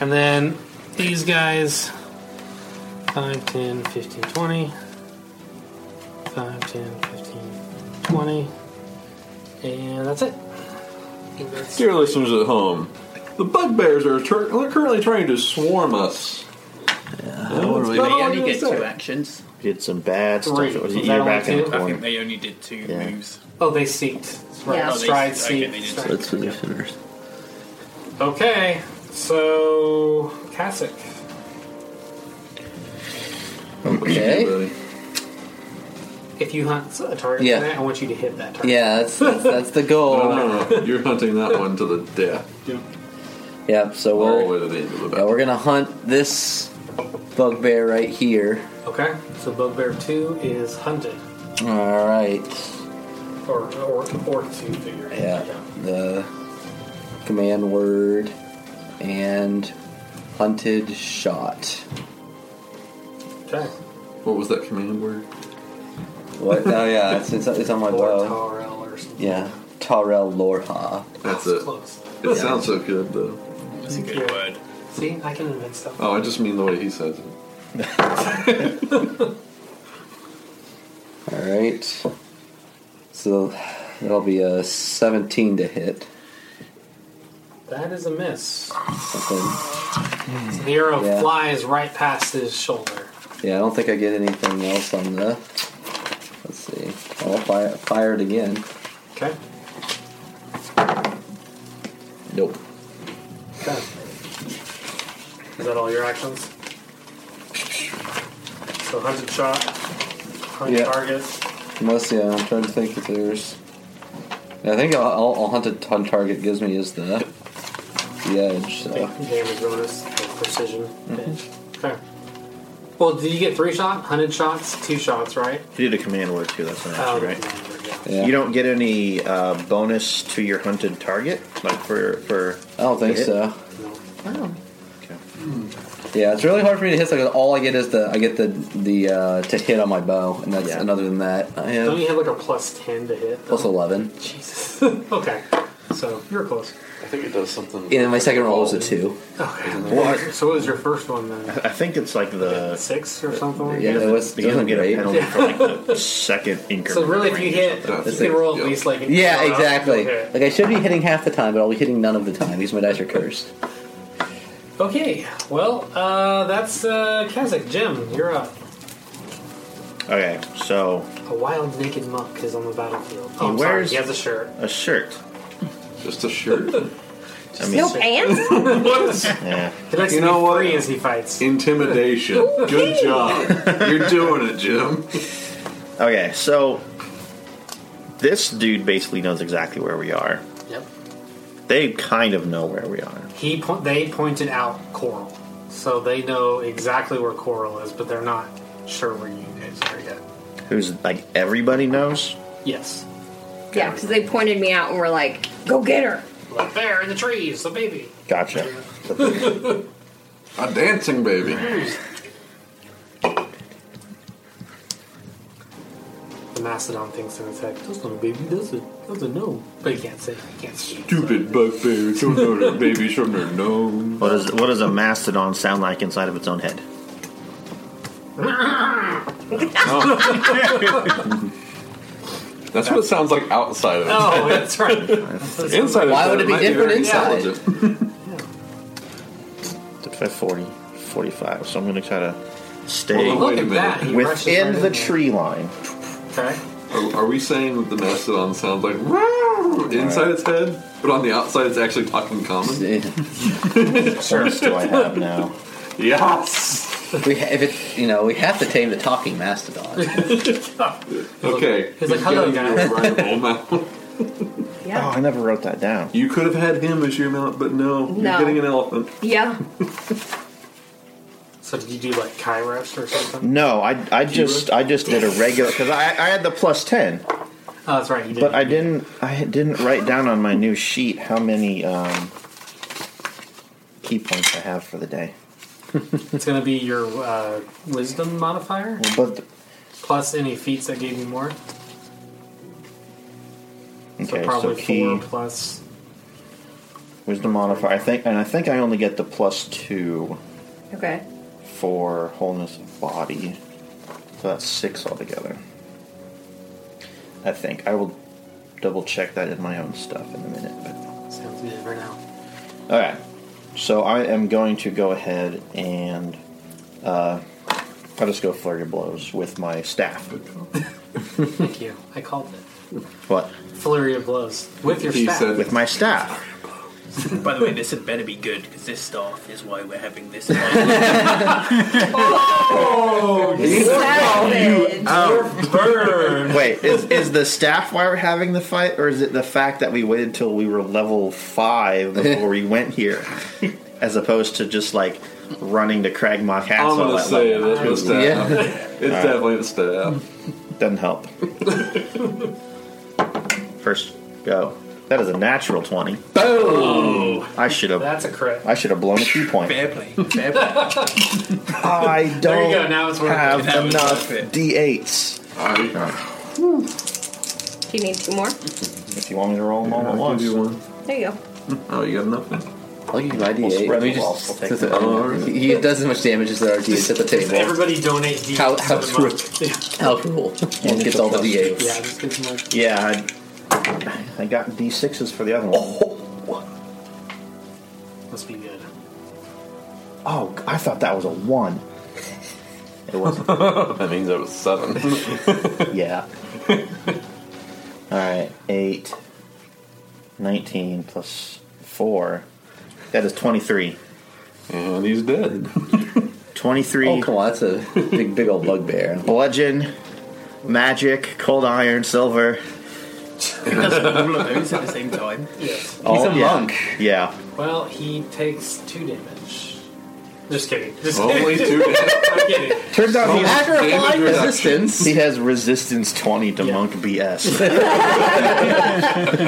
B: And then these guys 5, 10, 15, 20. 5, 10, 15, 20. And that's it. And that's-
C: Dear listeners at home, the bugbears are tur- they're currently trying to swarm us.
E: Or
C: That's
E: they
C: about all
E: only
C: I'm
E: get
C: gonna
E: two
C: say.
E: actions.
F: Did some bad stuff.
B: Three.
F: It was
B: Was
F: you're
B: that
F: back
B: one
F: in the
B: too?
E: I
F: corner.
E: think they only did two
F: Yeah.
E: moves.
B: Oh, they seeked. Right.
G: Yeah. Oh,
E: they
B: Stride,
E: seeked. Okay,
B: seeked.
E: they did
B: stride.
D: That's for the sinners.
B: Okay, so Cassock.
D: Okay.
C: Everybody.
B: If you hunt a target
D: Yeah.
B: tonight, I want you to hit that target.
D: Yeah, that's that's, that's the goal.
C: No, no, you're hunting that one to the death,
D: Yep. So
C: all the
D: we're
C: way to the end of the
D: yeah,
C: battle.
D: we're gonna hunt this bugbear right here.
B: Okay, so Bugbear 2 is hunted.
D: All right.
B: Or or, or 2 figure.
D: Yeah. The command word and hunted shot.
B: Okay.
C: What was that command word?
D: What? oh yeah, it's, it's, it's on my
B: Or
D: bow.
B: Taurel or something.
D: Oh, Yeah, Tarel Lorha.
C: That's
B: It's
C: it.
B: close.
C: It sounds so good though.
E: That's a good
B: Yeah.
E: word.
B: See, I can invent stuff.
C: Oh, I just mean the way he says it.
D: All right. So that'll be a 17 to hit.
B: That is a miss.
D: Something.
B: So the arrow
D: Yeah.
B: flies right past his shoulder.
D: Yeah, I don't think I get anything else on the. Let's see. Oh, fire, fired again.
B: Okay.
D: Nope.
B: Okay. Is that all your actions? So hunted shot, hunt
D: Yeah.
B: target.
D: Unless, yeah, I'm trying to think if there's. I think all, all, all hunted on target gives me is the the edge. So
B: Big damage bonus, like precision.
D: Mm-hmm.
B: Okay. Well, did you get three shot, hunted shots, two shots, right?
F: You did a command word too. That's not
B: Oh,
F: actually right.
B: yeah.
D: yeah.
F: You don't get any uh, bonus to your hunted target, like for for.
D: I don't think
F: hit?
D: so.
B: No.
G: Oh.
F: Okay.
D: Yeah, it's really hard for me to hit. Like all I get is the I get the the uh, to hit on my bow, and that's
F: Yeah.
D: and other than that,
B: Don't
D: I have
B: you have like a plus ten to hit?
D: plus eleven.
B: Jesus. okay. So you're close.
C: I think it does something.
D: And then my second roll was a two.
B: Okay.
F: Well,
B: So what was your first one then?
F: I think it's like the
B: Six or something?
D: Yeah, that was
F: you don't
D: doesn't
F: get a
D: great.
F: penalty for like the second increment.
B: So really, if you hit,
C: something.
B: you can roll at least like. an
D: Yeah,
B: arrow,
D: exactly.
B: you'll hit.
D: Oh, Like I should be hitting half the time, but I'll be hitting none of the time because my dice are cursed.
B: Okay. Well, uh, that's uh, Kazakh. Jim, you're up.
F: Okay, so
B: A wild naked monk is on the battlefield.
F: He
B: Oh, I'm sorry.
F: wears-
B: He has a shirt.
F: a shirt.
C: Just a shirt.
F: I mean,
H: No pants?
F: yeah.
B: He likes
C: You
B: to
C: know
B: be
C: what?
B: free as he fights.
C: Intimidation. Good job. You're doing it, Jim.
F: Okay, so this dude basically knows exactly where we are.
B: Yep.
F: They kind of know where we are.
B: He po- they pointed out Coral, so they know exactly where Coral is, but they're not sure where you guys are yet.
F: Who's like everybody knows.
B: Yes.
G: Yeah, because they pointed me out and were like, go get her.
B: Like there in the trees, the baby.
F: Gotcha.
C: A dancing baby.
B: The mastodon thinks in his head, "That's not a baby, does it? Doesn't know." But he can't say. He can't see.
C: Stupid bugbears don't know their babies from their nose.
F: What does what does a mastodon sound like inside of its own head?
C: That's what it sounds like outside of it.
B: Oh, that's right.
C: Inside
D: Why
C: of
D: would it be
C: might
D: different
C: very
D: inside?
C: intelligent.
F: That's by 40, 45. So I'm gonna try to stay
C: Well,
B: Look
C: Wait a
B: at that.
C: minute.
B: He rushes right
F: within the
B: in there.
F: tree line.
B: Okay.
C: Are, are we saying that the mastodon sounds like "Roar" inside its head, but on the outside it's actually talking common?
D: we,
F: What else do I have now?
C: Yes.
D: ha- if it, you know, we have to tame the talking mastodon.
C: Okay.
B: He's like, "Hello,
C: gotta be
B: guys."
C: your rival mount.
F: Oh,
G: Yeah.
F: I never wrote that down.
C: You could have had him as your mount, but no, you're
G: No.
C: getting an elephant.
G: Yeah.
B: So did you do like Kairos or something?
F: No, I, I just I just did a regular because I I had the plus ten,
B: Oh, that's right. You did.
F: but I didn't I didn't write down on my new sheet how many um, key points I have for the day.
B: it's gonna be your uh, wisdom modifier
F: But
B: plus any feats that gave you more. So
F: okay, so
B: probably
F: key
B: four plus.
F: wisdom modifier. I think and I think I only get the plus two
G: Okay.
F: for wholeness of body, so that's six altogether. I think I will double check that in my own stuff in a minute, but.
B: Sounds good for now.
F: All right. So I am going to go ahead and uh, I'll just go flurry of blows with my staff.
B: Thank you. I called it.
F: What?
B: Flurry of blows with your
C: He
B: staff.
C: said-
F: With my staff.
E: By the way, this had better be good because this staff is why we're having this. Live.
G: Savage.
F: Wait, is, is the staff why we're having the fight, or is it the fact that we waited till we were level five before we went here, as opposed to just like running to Cragmach
C: I'm
F: Castle?
C: gonna
F: at
C: say
F: level-
C: that's the staff.
D: yeah.
C: It's definitely the staff.
F: Doesn't help. First go. That is a natural twenty.
B: Oh,
F: I should have.
B: that's a crit.
F: I should have blown a key point.
E: fair play. Fair play.
F: I don't
B: There you go, now it's working.
F: have
E: That was
F: enough
E: worth it.
F: d8s.
C: I,
G: Do you need two more?
F: If you want me to roll them all
C: I
F: at
C: can
F: once.
C: do one.
G: There you go.
C: Oh, you got enough?
D: I'll give you my D8. Let me
F: whilst we'll
D: just.
F: take
D: just-
F: the
D: um, he does as much damage as there are D8s at the table.
B: Everybody donate D8s
D: How- how
B: to the monk. Yeah,
D: How cool. One gets all the D8s.
B: yeah, just get some more.
F: Yeah, I, I got D6s for the other one.
B: Must be good.
F: Oh, I thought that was a 1. It wasn't.
C: Oh, That means I was seven.
F: yeah. Alright, 8, 19 plus 4. That is 23.
C: and he's dead.
F: 23
D: Oh, come on. That's a big, big old bugbear.
F: bludgeon, magic, cold iron, silver.
E: He does all of those at the same time.
B: Yes.
F: all-
D: a
F: Oh, yeah.
D: monk.
F: Yeah.
B: Well, he takes two damage. Just kidding. Just
C: Only
B: kidding.
C: two dead.
B: I'm kidding.
F: Turns out he has,
D: Agri- resistance.
F: he has resistance 20 to
B: Yeah.
F: monk BS.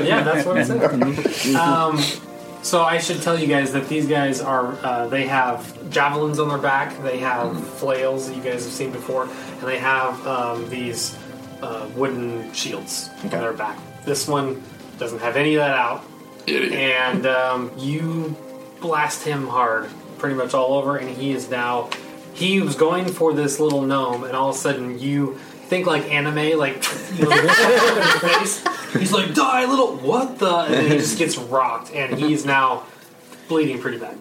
B: Yeah, that's what it said. um, so I should tell you guys that these guys are, uh, they have javelins on their back, they have flails that you guys have seen before, and they have um, these uh, wooden shields
F: Okay.
B: on their back. This one doesn't have any of that out,
C: Idiot.
B: and um, you blast him hard, pretty much all over, and he is now. He was going for this little gnome, and all of a sudden you think like anime, like you know, face. He's like, "Die, little what the?" And then he just gets rocked, and he is now bleeding pretty bad.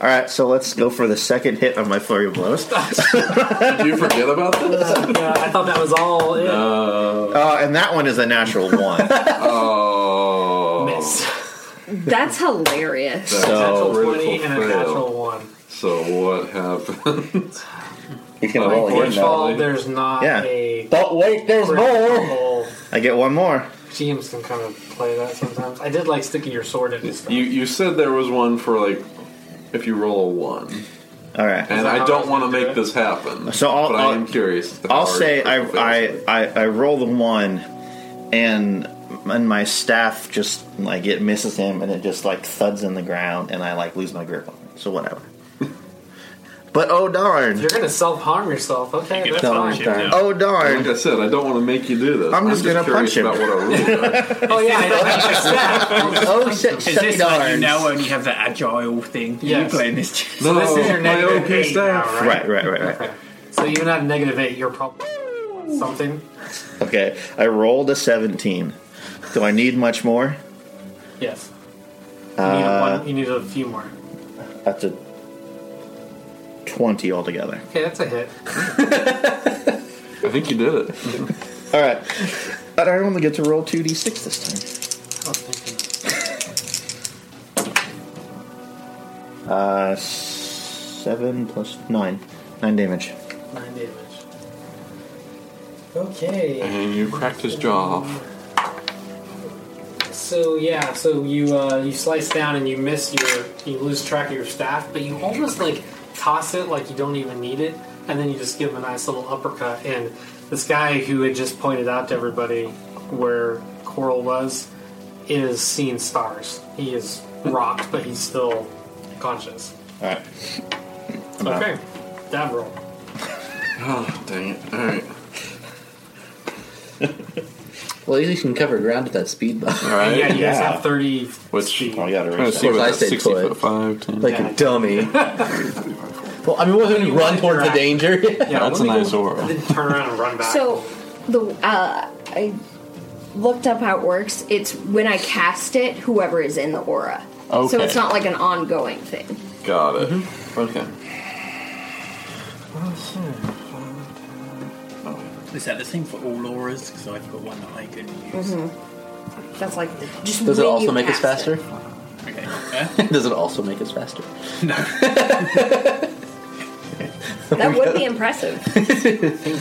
F: Alright, so let's go for the second hit on my flurry of blows.
C: Did you forget about this?
B: Yeah, I thought that was all it.
C: Uh,
F: Uh, and that one is a natural one.
C: oh.
B: Miss.
G: That's hilarious.
C: That's
B: Natural
F: So-
C: a critical
B: twenty and a
C: fail.
B: natural one.
C: So what happened?
D: He's gonna roll again, though.
B: Fall, there's not
F: Yeah.
B: a.
D: But wait, there's more!
B: critical-
F: I get one more.
B: GMs can kind of play that sometimes. I did like sticking your sword in. his stuff.
C: you you said there was one for like if you roll a one,
F: Alright.
C: and
B: that
C: I
B: how
C: don't
B: it's
C: want to
B: gonna do
C: make
B: it?
C: this happen.
F: So I'll-
C: but I am
F: I'll-
C: curious. to
F: I'll
C: how
F: say I,
C: our critical
F: I,
C: fails
F: I, I roll the one, and and my staff just like it misses him, and it just like thuds in the ground, and I like lose my grip on it. So whatever. but oh darn!
B: You're gonna self harm yourself. Okay,
E: You
B: that's
E: can
D: Darn,
E: punch
B: fine.
E: him
D: darn.
E: now.
F: Oh
C: are. Like I
F: darn!
C: said, I don't want to make you do this.
F: I'm just gonna
C: curious
F: punch him.
C: about what our rules are.
B: Oh yeah, I don't have my staff.
D: Oh shit,
E: Is
D: shut
E: this like you
D: darn.
E: now only have the agile thing?
B: Yes.
E: You playing this?
C: No,
B: This is your
C: my
B: negative
C: OP
B: eight
C: staff.
B: now, right?
F: Right, right, right, right.
B: So even at negative eight, you're probably something.
F: Okay, I rolled a seventeen. Do I need much more?
B: Yes. You need, one, you need a few more.
F: That's a twenty altogether.
B: Okay, that's a hit.
C: I think you did it.
F: All right, but I only get to roll two d six this
B: Oh, thank
F: time. Uh, seven plus nine, nine damage.
B: you. Nine damage. Okay.
C: And you cracked his jaw off.
B: So yeah, so you uh, you slice down and you miss your you lose track of your staff, but you almost like toss it like you don't even need it, and then you just give him a nice little uppercut. And this guy who had just pointed out to everybody where Coral was is seeing stars. He is rocked, but he's still conscious.
F: All right.
B: Okay, dab roll.
C: Oh, dang it. All right.
D: Well, at least you can cover ground at that speed buff.
C: All right.
B: Yeah, you guys
F: Yeah.
B: have thirty.
C: Uh, Which-
B: speed.
F: Oh, I gotta
C: Trying to
F: reach
C: see
F: that.
C: what
D: I
C: that's
D: said
C: 60
D: could.
C: foot 5, 10.
D: Like
B: Yeah.
D: a dummy. well, I mean, wasn't
B: You
D: run
B: like
D: towards the
B: interact.
D: danger?
B: Yeah,
C: That's
B: let
C: a
B: me
C: nice
B: go-
C: aura.
B: Then turn around and run back.
G: So the uh, I looked up how it works. It's when I cast it, whoever is in the aura. So
C: Okay.
G: it's not like an ongoing thing.
C: Got it. Okay.
E: Is that the same for all auras? Because I've got one that I could use.
G: That's like just.
D: Does it
G: when
D: also
G: you
D: make us
G: cast
D: faster?
G: It.
E: Okay. Yeah?
D: Does it also make us faster?
G: That would be impressive.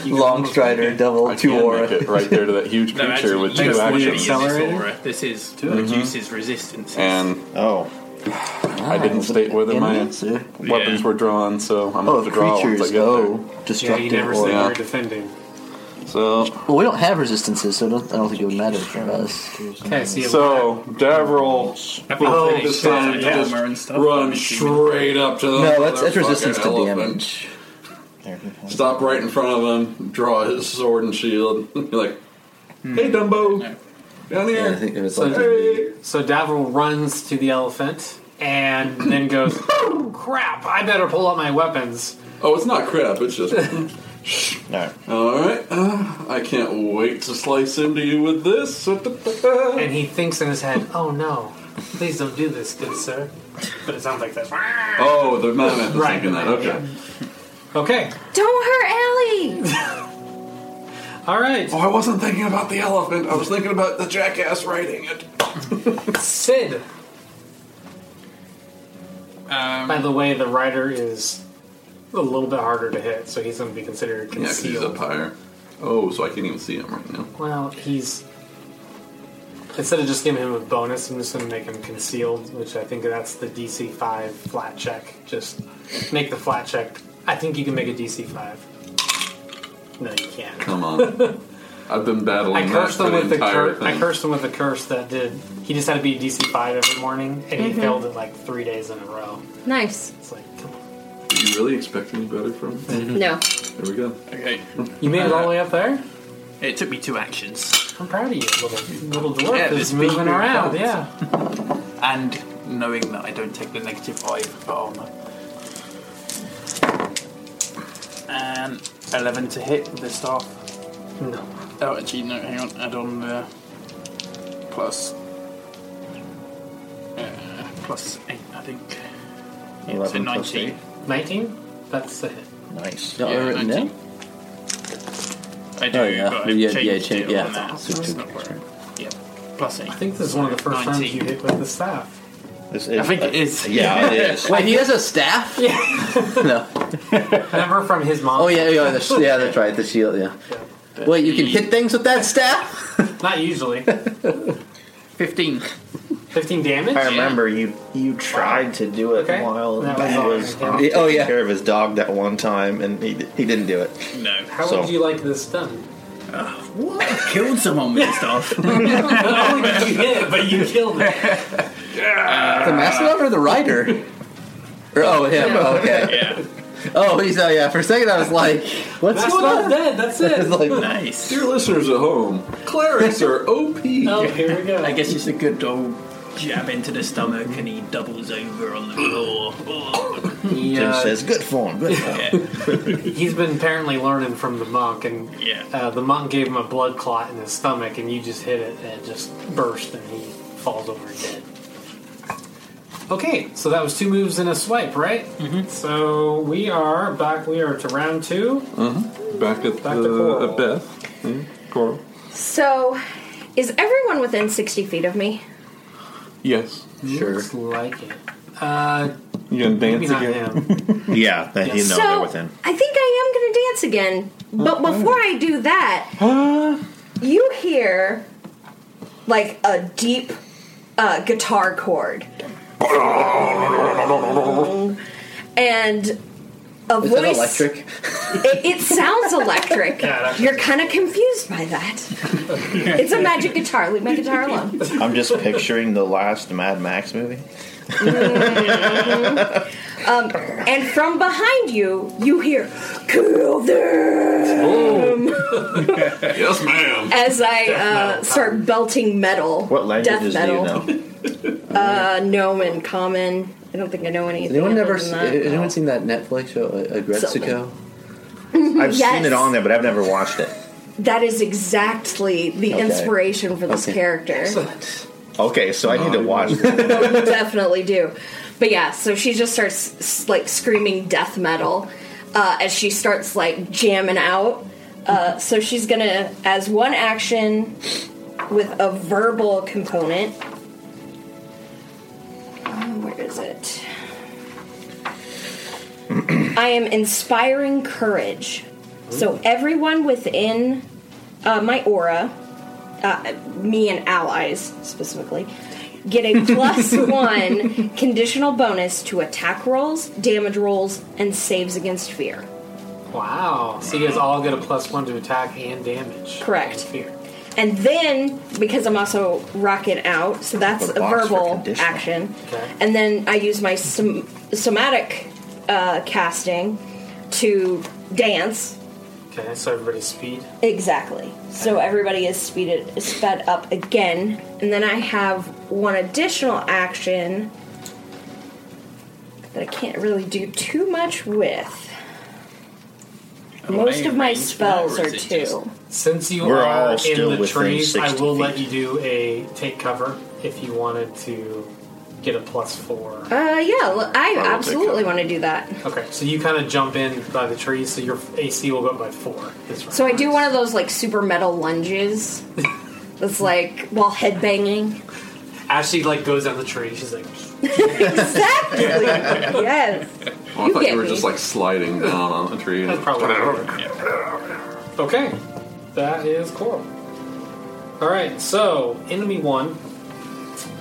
D: Long strider, double,
C: I
D: two
C: can
D: aura.
C: make it right there to that huge
E: No,
C: creature
E: actually,
C: with two
E: that's what it
C: actions. Mm-hmm.
E: is,
B: Accelerated?
E: This aura. This is reduces resistance.
C: And
F: Oh,
C: I
D: Ah,
C: didn't state whether my
D: answer.
C: weapons
E: Yeah.
C: were drawn, so I'm
D: Oh,
C: going to draw once
D: creatures
C: I get
D: go
C: there.
B: yeah,
D: destructive
B: you never
D: aura.
B: say
C: Yeah.
B: you're defending.
C: So,
D: Well, we don't have resistances, so I don't, I don't think it would matter for us.
B: Okay, see you
C: so Davril
B: Oh,
C: will decide to just
E: and stuff.
C: run straight up to the
D: No, that's, that's
C: motherfucking
D: resistance to
C: elephant.
D: damage.
C: Stop right in front of him, draw his sword and shield. You're like, hey, Dumbo, down
B: Hmm.
D: Yeah, I
C: here.
D: think it was
B: So,
D: like.
B: so Davril runs to the elephant and then goes, "Oh, crap, I better pull out my weapons.
C: Oh, it's not crap. It's just
F: No.
C: all right. Uh, I can't wait to slice into you with this.
B: And he thinks in his head, oh no, please don't do this, good sir. But it sounds like this.
C: Oh, the mammoth is
B: Right,
C: thinking that.
B: right,
C: Okay.
B: Okay,
G: Don't hurt Ellie!
B: all right.
C: Oh, I wasn't thinking about the elephant. I was thinking about the jackass riding it.
B: Sid. By
E: Um,
B: the way, the rider is a little bit harder to hit, so he's going to be considered
C: Yeah, 'cause he's
B: concealed.
C: up higher. Oh, so I can't even see him right now.
B: well, he's. Instead of just giving him a bonus, I'm just going to make him concealed, which I think that's the DC 5 flat check. Just make the flat check. I think you can make a DC 5. No, you can't.
C: Come on. I've been battling
B: I
C: that
B: cursed
C: for
B: him
C: the
B: with the
C: entire
B: curse.
C: thing.
B: I cursed him with a curse that did. He just had to be DC five every morning, and he failed it like three days in a row.
G: Nice.
B: It's like, come on.
C: Did you really expect any better from him?
D: Mm-hmm.
G: No.
C: There we go.
E: okay.
B: You made it all the way up there.
E: It took me two actions.
B: I'm proud of you, little little dwarf
E: Yeah,
B: is
E: this
B: moving
E: big
B: around.
E: belt.
B: Yeah.
E: And knowing that I don't take the negative five for armor. And 11 to hit with the staff.
B: No.
E: Oh, actually, no, hang on. Add on the plus. Uh, plus 8, I think. Yeah, so
F: 11 plus
E: 19.
F: eight.
B: Nineteen. That's the hit.
F: Nice.
D: No,
E: Yeah,
D: written
E: 19.
D: down?
E: I do,
D: Oh, yeah.
E: but
D: Yeah,
E: I've
D: yeah,
E: changed
D: change-
E: it
D: yeah.
E: on that, so it's not worth it. Yeah, plus 8.
B: I think this is one of the first times you
E: 19.
B: hit with the staff.
F: This is,
E: I think it is.
F: Yeah, it is.
D: Wait, he has a staff? Yeah. no.
B: Remember from his mom.
D: Oh yeah, yeah, the, sh- yeah, that's right. The shield, yeah. Wait, you can hit things with that staff?
B: Not usually.
E: 15.
B: Fifteen damage.
F: I remember you you tried to do it
B: Okay.
F: while
B: That
F: Ben
B: was
F: was,
B: all right,
D: yeah. Oh, yeah.
F: taking care of his dog that one time, and he, he didn't do it.
E: No.
B: How
F: So-
B: would you like this done?
E: What? I killed someone with stuff.
B: Not only did you hit, but you killed it.
D: The mastodon or the rider? Or, oh, him. Okay.
E: yeah.
D: Oh, he's oh yeah. For a second, I was like, "What's
B: That's
D: going
B: not
D: on?"
B: dead. That's
D: It's
B: it.
D: like,
E: Nice.
C: Dear listeners at home, clerics are OP.
B: Oh, here we go.
E: I guess it's a good old jab into the stomach and he doubles over on the floor. Oh,
B: He,
F: Jim
B: uh,
F: says, "Good form, good form."
E: yeah.
B: He's been apparently learning from the monk, and
E: Yeah.
B: uh, the monk gave him a blood clot in his stomach, and you just hit it, and it just burst, and he falls over dead. Okay, so that was two moves and a swipe, right? Mm-hmm. So we are back. We are to round two.
C: Back at
B: Back to
C: the
B: Coral.
C: at Beth. Hmm? Coral.
G: So, is everyone within 60 feet of me?
C: Yes.
D: sure.
B: Looks like it. Uh,
C: You gonna
B: maybe
C: dance
B: not
C: again?
B: him.
F: Yeah, that you know
G: so,
F: they're within.
G: I think I am going to dance again. But before I do that, you hear like a deep uh, guitar chord. And a
D: Is
G: voice.
D: that electric?
G: It, it sounds electric.
B: Yeah, that's-
G: You're kind of confused by that. it's a magic guitar. Leave my guitar alone.
F: I'm just picturing the last Mad Max movie.
G: And from behind you, you hear, Kill them!
C: Oh. Yes, ma'am.
G: As I uh,
B: metal.
G: start belting metal.
F: What languages
G: death metal.
F: do you know?
G: Uh, gnome and common. I don't think I know anything.
D: Anyone
G: other
D: never?
G: than
D: s-
G: that.
D: Anyone seen that Netflix show, uh, Agretzico?
F: I've seen
G: Yes.
F: it on there, but I've never watched it.
G: That is exactly the
D: Okay.
G: inspiration for this
D: Okay.
G: character.
F: Okay, so I need to watch it.
G: definitely do. But yeah, so she just starts s- like screaming death metal uh, as she starts like jamming out. Uh, so she's gonna, as one action with a verbal component. Oh, Where is it? I am inspiring courage. So everyone within uh, my aura uh, me and allies specifically get a plus one conditional bonus to attack rolls, damage rolls, and saves against fear.
B: Wow. So you guys all get a plus one to attack and damage.
G: Correct.
B: Fear.
G: And then, because I'm also rocking out, so that's
F: The
G: a
F: box for
G: verbal
F: conditional.
G: action.
B: Okay.
G: And then I use my som- somatic uh, casting to dance.
B: Okay, so everybody's speed.
G: Exactly. So everybody is speeded, is sped up again, and then I have one additional action that I can't really do too much with.
E: Are
G: Most
E: they
G: of my
E: ranged
G: spells
E: now,
G: are
E: or is it just-
G: two. Uh,
B: Since you
F: We're
B: are
F: all still
B: in the
F: within
B: trees, I
F: 60
B: will
F: feet.
B: let you do a take cover if you wanted to get a plus four.
G: Uh, yeah, l- I
C: take
G: absolutely
C: that.
G: want to do that.
B: Okay, so you kind of jump in by the trees, so your AC will go up by four. This round.
G: So I do one of those like super metal lunges. That's like while headbanging.
B: Ashley like goes down the tree. She's like,
G: Exactly. yes.
C: Well, Oh, I
G: You
C: thought
G: get
C: you were
G: me.
C: just like sliding down on a tree.
B: that's
C: And
B: probably okay. That is cool. All right, so enemy one.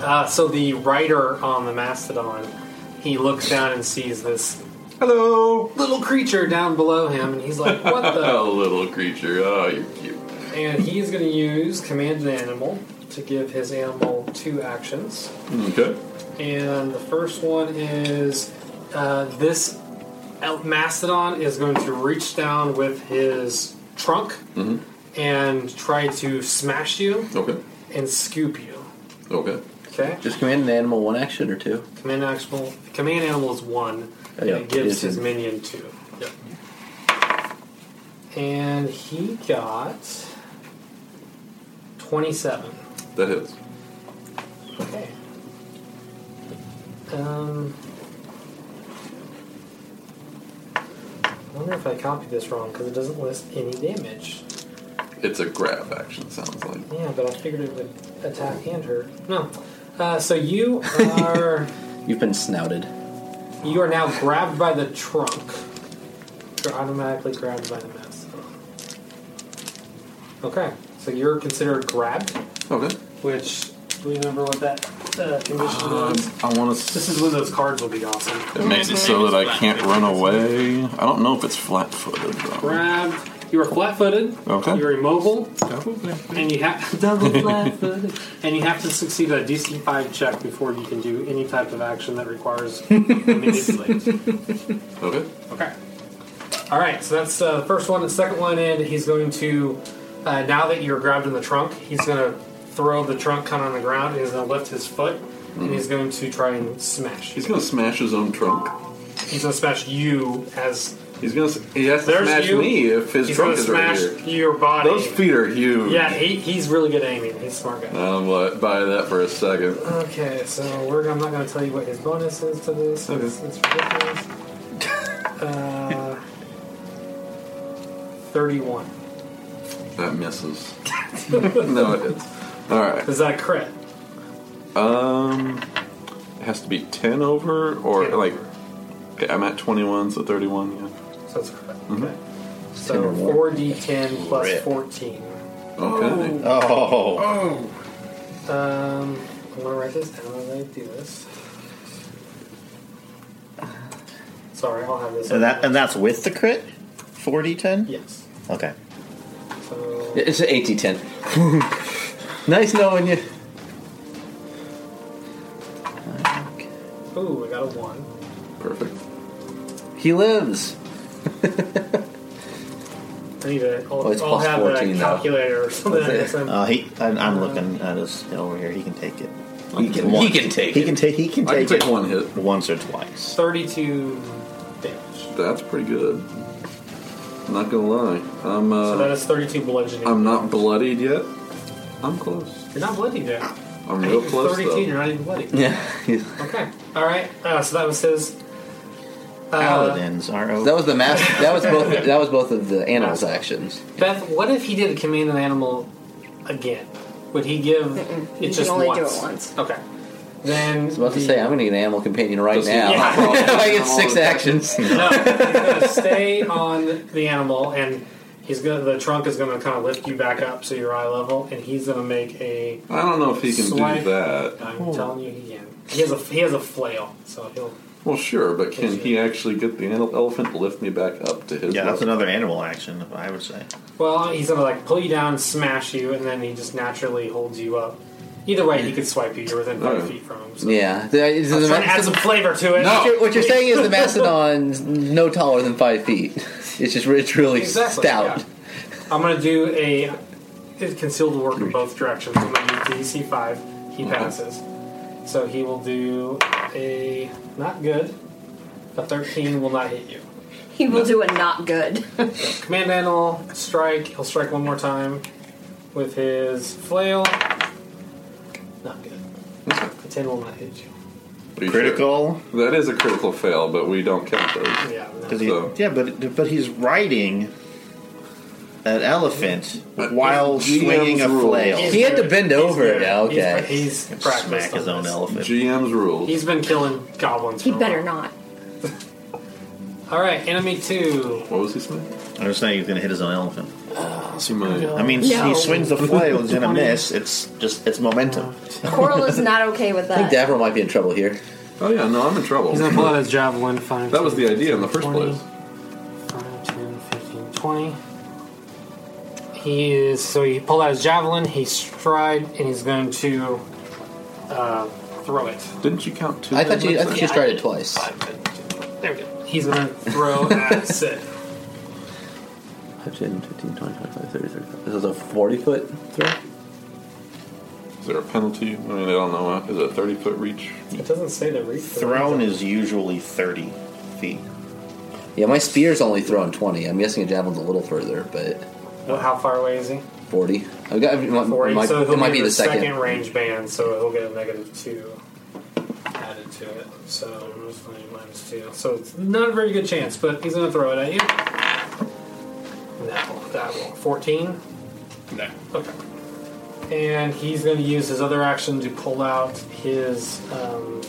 B: Uh, so the rider on the mastodon, he looks down and sees this
C: hello,
B: little creature down below him, and he's like, "What the?"
C: oh, little creature. Oh, you're cute.
B: And he is going to use command an animal to give his animal two actions.
C: Okay.
B: And the first one is uh, this el- mastodon is going to reach down with his trunk and try to smash you
C: Mm-hmm. Okay.
B: and scoop you.
C: Okay.
B: Okay,
D: Just command an animal one action or two.
B: command animal. Command animal is one, and
D: Yeah,
B: it gives
D: it is.
B: his minion two. Yep. And he got twenty-seven.
C: That hits.
B: Okay. Um. I wonder if I copied this wrong because it doesn't list any damage.
C: It's a grab action. Sounds like.
B: Yeah, but I figured it would attack and hurt. No. Uh, so you are
D: You've been snouted.
B: you are now grabbed by the trunk. You're automatically grabbed by the mess. Okay, so you're considered grabbed,
C: Okay.
B: which do we remember what that uh, condition was?
C: I want to.
B: This is when those cards will be awesome.
C: It makes it so that I can't run away. I don't know if it's flat-footed though.
B: grabbed. You are flat-footed.
C: Okay.
B: You're immobile,
C: Double
B: and you have double flat-footed, and you have to succeed a DC five check before you can do any type of action that requires manipulate.
C: Okay.
B: Okay. All right. So that's uh, the first one. The second one, and he's going to uh, now that you're grabbed in the trunk, he's going to throw the trunk kind of on the ground. And he's going to lift his foot, and he's going to try and smash.
C: He's gonna smash his own trunk.
B: He's going to smash you as
C: He's gonna. s- He has to
B: There's
C: smash
B: you.
C: me if his
B: he's
C: trunk
B: going to
C: is right
B: smash
C: here.
B: your body.
C: Those feet are huge.
B: Yeah, he, he's really good at aiming. He's a smart guy.
C: I'm like, Uh, buy that for a second.
B: Okay, so we're, I'm not going to tell you what his bonus is to this.
C: Okay.
B: It's, it's ridiculous. uh, 31.
C: That misses. no, it is. All right.
B: Is that a crit?
C: Um, it has to be ten over or
B: 10
C: like.
B: over.
C: Okay, I'm at twenty-one, so thirty-one.
B: So it's a crit. Okay.
D: Ten
B: So
D: or more.
B: 4d10 plus
F: Rip.
B: 14.
C: Yeah. Okay.
F: Oh,
B: Um, I'm going to write this down as I do this. Sorry, I'll have this.
F: and that and that's with the crit, four d ten.
B: yes.
F: Okay,
B: So,
D: It's an 8 10. nice knowing you.
B: ooh, I got a 1.
C: Perfect.
D: He lives.
B: I need to. I'll,
D: Oh, it's
B: I'll
D: plus
B: have
D: 14
B: a
D: now.
B: calculator or something.
D: Okay.
B: It's a-
F: uh, he. I'm, I'm looking at his over here. He can take it.
D: He can, he can take
F: He
D: it.
F: can take. He can
C: I can
F: take,
C: take
F: it
C: one hit.
F: once or twice.
B: 32 damage.
C: That's pretty good. Not gonna lie. I'm. Uh,
B: So that is 32 bludgeoning.
C: I'm not bloodied yet. I'm close.
B: you're not bloody yet.
C: I'm real close
B: 32,
C: though.
B: you're not even bloody.
D: Yeah. he's-
B: Okay. All right. Uh, so that was his. Uh,
F: Paladins are over.
D: That was the mass. That was both. That was both of the animals' actions.
B: Beth, what if he did command an animal again? Would he give?
G: You
B: It's
G: can
B: just
G: only do
B: once.
G: it once.
B: Okay. Then.
D: I was about to say, I'm going to get an animal companion right
C: Does he-
D: now.
C: Yeah.
D: I get six actions.
B: No, he's gonna stay on the animal, and he's gonna. The trunk is gonna kind of lift you back up to your eye level, and he's gonna make a.
C: I don't know if he can
B: Swipe.
C: do that.
B: I'm telling you, he can. He has a he has a flail, so he'll.
C: Well, sure, but can he actually get the ele- elephant to lift me back up to his?
F: yeah, that's
C: level?
F: another animal action. I would say.
B: Well, he's gonna like pull you down, smash you, and then he just naturally holds you up. Either way, he could swipe you. You're within five
C: Alright.
B: feet from him. So.
D: Yeah. The- is
B: I
D: the
B: was trying to
D: ma-
B: add some flavor to it.
D: what, you're, what you're saying is the mastodon's no taller than five feet. It's just it's really
B: Exactly,
D: stout.
B: yeah. I'm gonna do a it concealed work in both directions. I'm gonna use DC five. He passes, so he will do a not good. A 13 will not hit you.
G: He will do a not good.
B: Command animal, strike. He'll strike one more time with his flail. Not good. A 10 will not hit you.
C: Are you
F: Critical.
C: sure? That is a critical fail, but we don't count those.
B: Yeah. no.
F: Does he-
C: So-
F: yeah, but but he's riding an elephant
C: But
F: while
C: it's GM's
F: swinging a
C: rules.
F: flail.
D: He had to bend
B: He's
D: over.
B: good.
D: Yeah,
B: He's-
D: okay.
B: He's, practiced
F: Smack
B: on
F: his own
B: this.
F: elephant.
C: GM's rules.
B: He's been killing goblins.
G: He
B: for a
G: better
B: while.
G: not.
B: All right, enemy two.
C: what was he smith?
F: I'm just saying he's gonna hit his own elephant.
C: He might.
F: I mean,
G: No.
F: he swings the flail, he's gonna miss. It's just it's momentum.
G: Coral is not okay with
D: I think
G: that.
D: Davro might be in trouble here.
C: Oh yeah, no, I'm in trouble.
B: He's gonna pull out his javelin. Five,
C: That was the idea in the first
B: 20,
C: place.
B: 5, 10, 15, 20. He is so he pulled out his javelin. He stride and he's going to uh, throw it.
C: Didn't you count two?
D: I thought you.
C: movements?
D: I think you
B: Yeah, I
D: tried it
B: did.
D: twice.
B: Five, ten, ten. There we go. He's gonna throw at Sid.
D: 10, 15, 20, 25, 30, 35. This is a 40 foot throw?
C: Is there a penalty? I mean, I don't know. Is it a 30 foot reach?
B: It doesn't say the reach.
F: Thrown is usually thirty feet.
D: Yeah, my spear's only throwing 20. I'm guessing a javelin's a little further, but
B: Well, how far away is he?
D: 40. I've got, it might,
B: Forty.
D: it might,
B: so he'll
D: it might
B: be
D: be
B: in
D: the second.
B: range band, so he'll get a negative two added to it. So minus twenty, minus two. So it's not a very good chance, but he's gonna throw it at you. No, that will fourteen.
E: No.
B: Okay. And he's going to use his other action to pull out his um,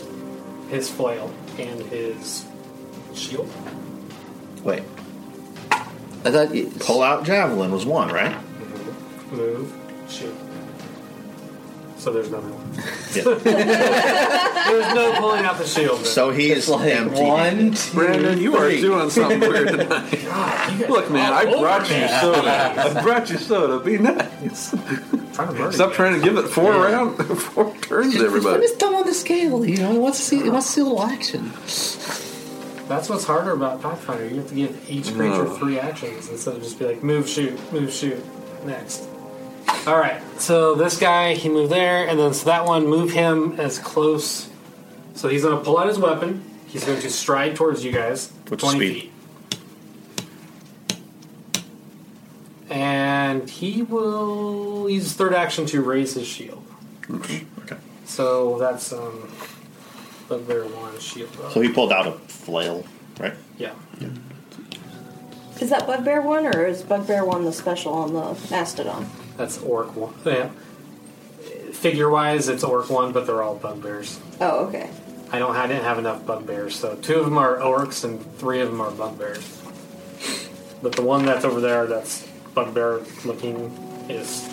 B: his flail and his shield.
F: Wait,
D: I thought you,
F: pull out javelin was one, right?
B: Move, shoot. So there's no
F: Yeah.
B: there's no pulling out the shield. then.
F: so he's
D: like
F: empty.
D: one, two,
C: Brandon, you are
D: three.
C: doing something weird tonight.
B: God, you guys
C: Look,
B: are
C: man,
B: all
C: I
B: over
C: brought
B: me.
C: you soda. I brought you soda. Be nice.
B: Trying to murder
C: Stop
B: you.
C: trying to give it four round, four turns,
D: I'm
C: everybody.
D: just dumb on the scale, you know. It wants to see, it wants to see a little action.
B: That's what's harder about Pathfinder. You have to give each creature
C: No.
B: three actions instead of just be like move, shoot, move, shoot. Next. All right. So this guy he moved there, and then so that one move him as close. So he's going to pull out his weapon. He's going to stride towards you guys.
F: What's
B: twenty
F: speed?
B: feet. And he will use his third action to raise his shield.
F: Okay.
B: So that's um, bugbear one shield. up.
F: So he pulled out a flail, right?
B: yeah.
G: Is that Bugbear one or is Bugbear one the special on the Mastodon?
B: That's orc one. Yeah. Figure wise, it's orc one, but they're all bugbears.
G: Oh, okay.
B: I don't. I didn't have enough bugbears, so two of them are orcs and three of them are bugbears. But the one that's over there, that's bugbear looking, is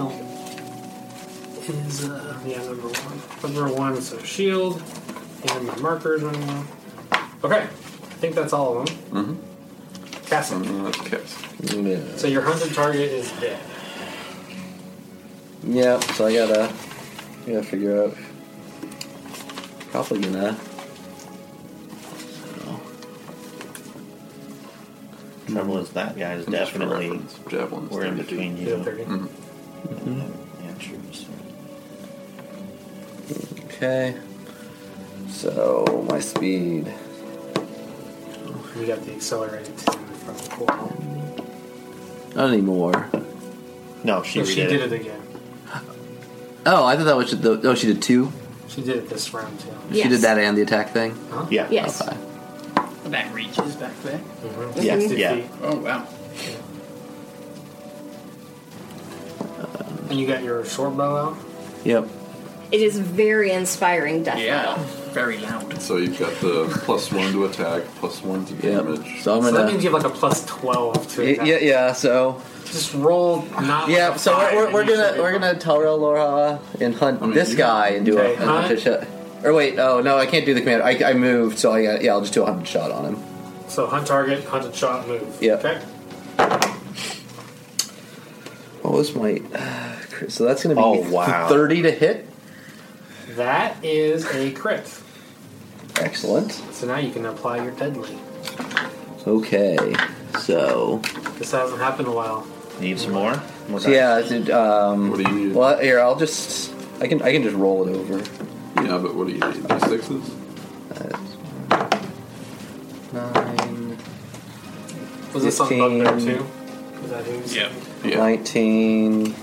B: Oh. is uh, yeah number one. Number one, so shield and my markers running out. Okay, I think that's all of them. Mm-hmm. Castle.
C: Okay.
D: Yeah.
B: So your hunted target is dead.
D: Yeah, so I gotta, I gotta figure out. Probably gonna.
F: Trouble is that guy is
C: Just for
F: definitely
C: reference, Javelin's
F: we're in
C: 30.
F: between
B: You have
F: you.
B: thirty.
D: Mm-hmm.
F: and troops.
D: Okay. So my speed.
B: You got the accelerated ten from the coral.
D: Not anymore.
F: No, she,
B: No, she
F: redid
B: did
F: it.
B: it again.
D: Oh, I thought that was the. Oh, she did two.
B: She did it this round too.
D: She
G: Yes.
D: did that and the attack thing.
F: Yeah.
G: Yes.
D: Okay.
E: That reaches back there.
B: Mm-hmm.
F: Yeah,
B: Sixty
F: yeah.
B: feet.
E: Oh wow.
B: And you got your short bow out.
D: Yep.
G: It is very inspiring death
E: Yeah.
G: metal.
E: Very loud.
C: So you've got the plus one to attack, plus one to
D: Yep.
C: damage.
D: So I'm
B: So that means
D: gonna.
B: you have like a plus twelve to
D: Y-
B: attack.
D: Yeah, yeah. So
B: Just roll not.
D: yeah.
B: like a
D: So
B: five
D: we're, we're,
B: and
D: we're
B: you should
D: gonna
B: be
D: we're
B: fine.
D: gonna Talrel Laura and hunt
C: I mean,
D: this
C: you-
D: guy and do
B: Okay,
D: a, a hunted shot. Or wait, oh no, I can't do the commander. I, I moved, so I got, yeah, I'll just do a hundred shot on him.
B: So hunt target, hunted shot, move.
D: Yeah.
B: Okay.
D: What was my? Uh, so that's gonna be
F: Oh, wow.
D: thirty to hit.
B: That is a crit.
D: Excellent.
B: So now you can apply your deadly.
D: Okay, so
B: This hasn't happened in a while.
F: Need some
D: Uh,
F: more? What's
D: so
F: that?
D: yeah, dude, um,
C: What do you need?
D: well here I'll just I can I can just roll it over.
C: Yeah, but what do you need? D sixes?
D: Uh,
B: Was this on
D: 15.
B: Bugbear too? Is that who's?
E: Yeah.
C: Yeah.
D: 19.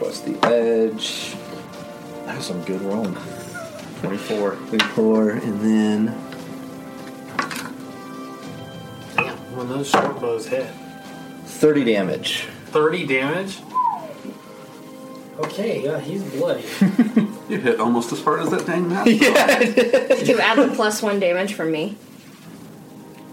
D: What's the edge?
F: That was some good rolling. 24.
D: 34. And then.
B: Damn, when those short bows hit.
D: 30 damage.
B: 30 damage? Okay, yeah, he's bloody.
C: You hit almost as hard as that dang map.
G: Did you add the plus one damage from me?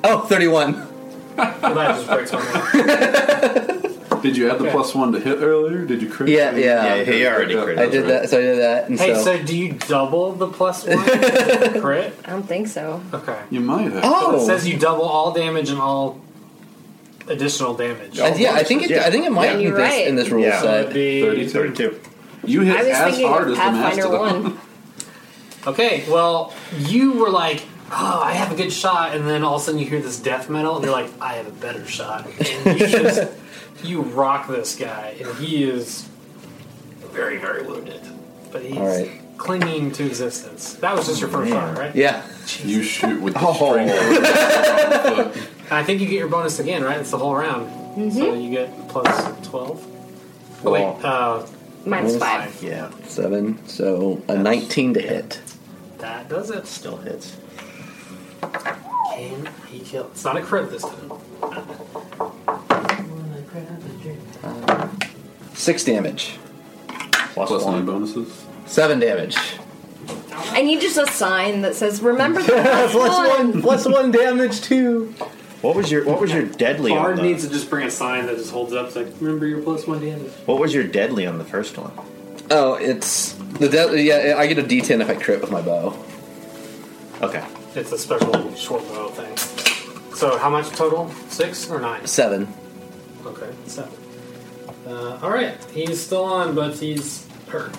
D: Oh, 31.
B: Well, that just breaks my mind.
C: Did you add the
B: Okay.
C: plus one to hit earlier? Did you crit?
D: Yeah, yeah.
F: Yeah, he already crit.
D: I did that, so I did that. And
B: Hey,
D: so.
B: so do you double the plus one crit?
G: I don't think so.
B: Okay.
C: You might have.
B: It
D: oh!
B: says you double all damage and all additional damage.
D: I- yeah, I think it,
F: Yeah.
D: I think it might
G: Yeah,
D: be
G: you're
D: this
G: right.
D: in this rule
F: Yeah.
B: So it'd
D: set.
B: be-
C: 32.
F: 32.
C: You hit
G: I was
C: as
G: thinking
C: hard
G: of
C: as the
G: Pathfinder
C: mastodon.
G: one.
B: Okay, well, you were like, oh, I have a good shot, and then all of a sudden you hear this death metal, and you're like, I have a better shot. And you just, you rock this guy, and he is very, very wounded. But he's
D: All right.
B: clinging to existence. That was just your first shot, right?
D: Yeah.
C: You shoot with the
D: Oh.
C: strength. of
B: And I think you get your bonus again, right? It's the whole round. So you get plus 12. Oh, wait, uh,
G: Minus five.
F: Yeah.
D: Seven. So a 19 to hit.
B: that does it.
F: Still hits.
B: Can he kill? It's not a crit this time.
D: Six damage.
F: Plus,
C: Plus
F: one.
C: nine bonuses.
D: Seven damage.
G: I need just a sign that says, remember the plus one.
D: Plus one damage too.
F: What was your What was your deadly? On
B: Bard
F: the,
B: needs to just bring a sign that just holds up, it's like, remember your plus one damage.
F: What was your deadly on the first one?
D: Oh, it's the de- yeah. I get a D10 if I crit with my bow.
F: Okay.
B: It's a special short bow thing. So how much total? Six or nine?
D: Seven.
B: Okay, seven. Uh, all right, he's still on, but he's hurt.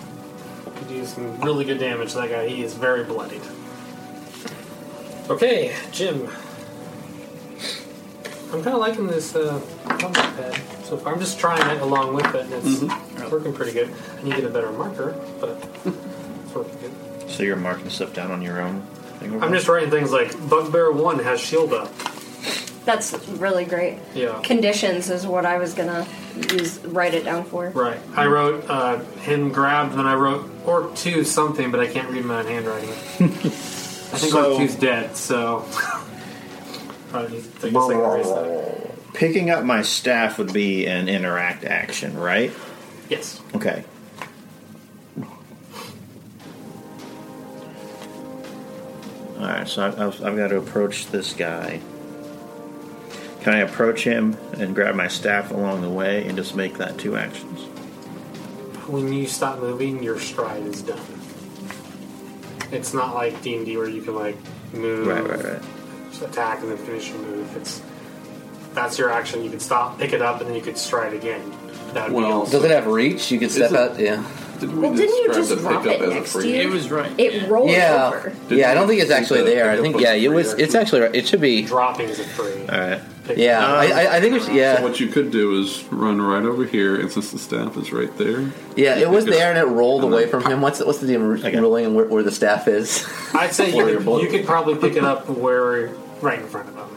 B: He do some really good damage to that guy. He is very bloodied. Okay, Jim. I'm kind of liking this uh, combat pad so far. I'm just trying it along with it, and it's working pretty good. I need to get a better marker, but it's working good.
F: So you're marking stuff down on your own. Thing over
B: I'm
F: there?
B: just writing things like Bugbear One has shield up.
G: That's really great.
B: Yeah.
G: Conditions is what I was gonna use. Write it down for.
B: Right. I wrote uh, him grabbed, then I wrote orc two something, but I can't read my own handwriting. I think
F: So-
B: orc two's dead, so. I need to take a second to erase that.
F: picking up my staff would be an interact action, right?
B: Yes.
F: Okay. All right, so I've, I've, I've got to approach this guy. Can I approach him and grab my staff along the way and just make that two actions?
B: When you stop moving, your stride is done. It's not like D and D where you can like move,
F: Right, right, right.
B: just attack, and then finish your move. It's that's your action. You could stop, pick it up, and then you could stride again. That would
C: Well,
B: be
D: Does it have reach? You can step
C: Is it-
D: out. Yeah.
C: Did we
G: Well, didn't you
C: describe
G: just
C: the pickup
G: drop it
C: as a
G: next
C: free
G: to you?
C: action?
E: was right.
G: It
B: Oh,
G: rolled
D: Yeah.
G: over.
D: Yeah. I don't think it's actually
C: Did you
D: there. I
C: pick
D: think
C: up
D: yeah.
C: a
D: It was.
C: free
D: It's actually. It should be.
B: dropping is a free.
F: All right.
B: Pick-
D: uh, Yeah.
F: Um,
D: I, I, I think it's
C: So
D: yeah.
C: what you could do is run right over here, and since the staff is right there,
D: Yeah. It was
C: you could-
D: there and it rolled away from him. What's the, what's the damn
F: Okay.
D: ruling and where, where the staff is?
B: I'd say
D: Or
B: you
D: your
B: could,
D: bullet.
B: you could probably pick it up where right in front of them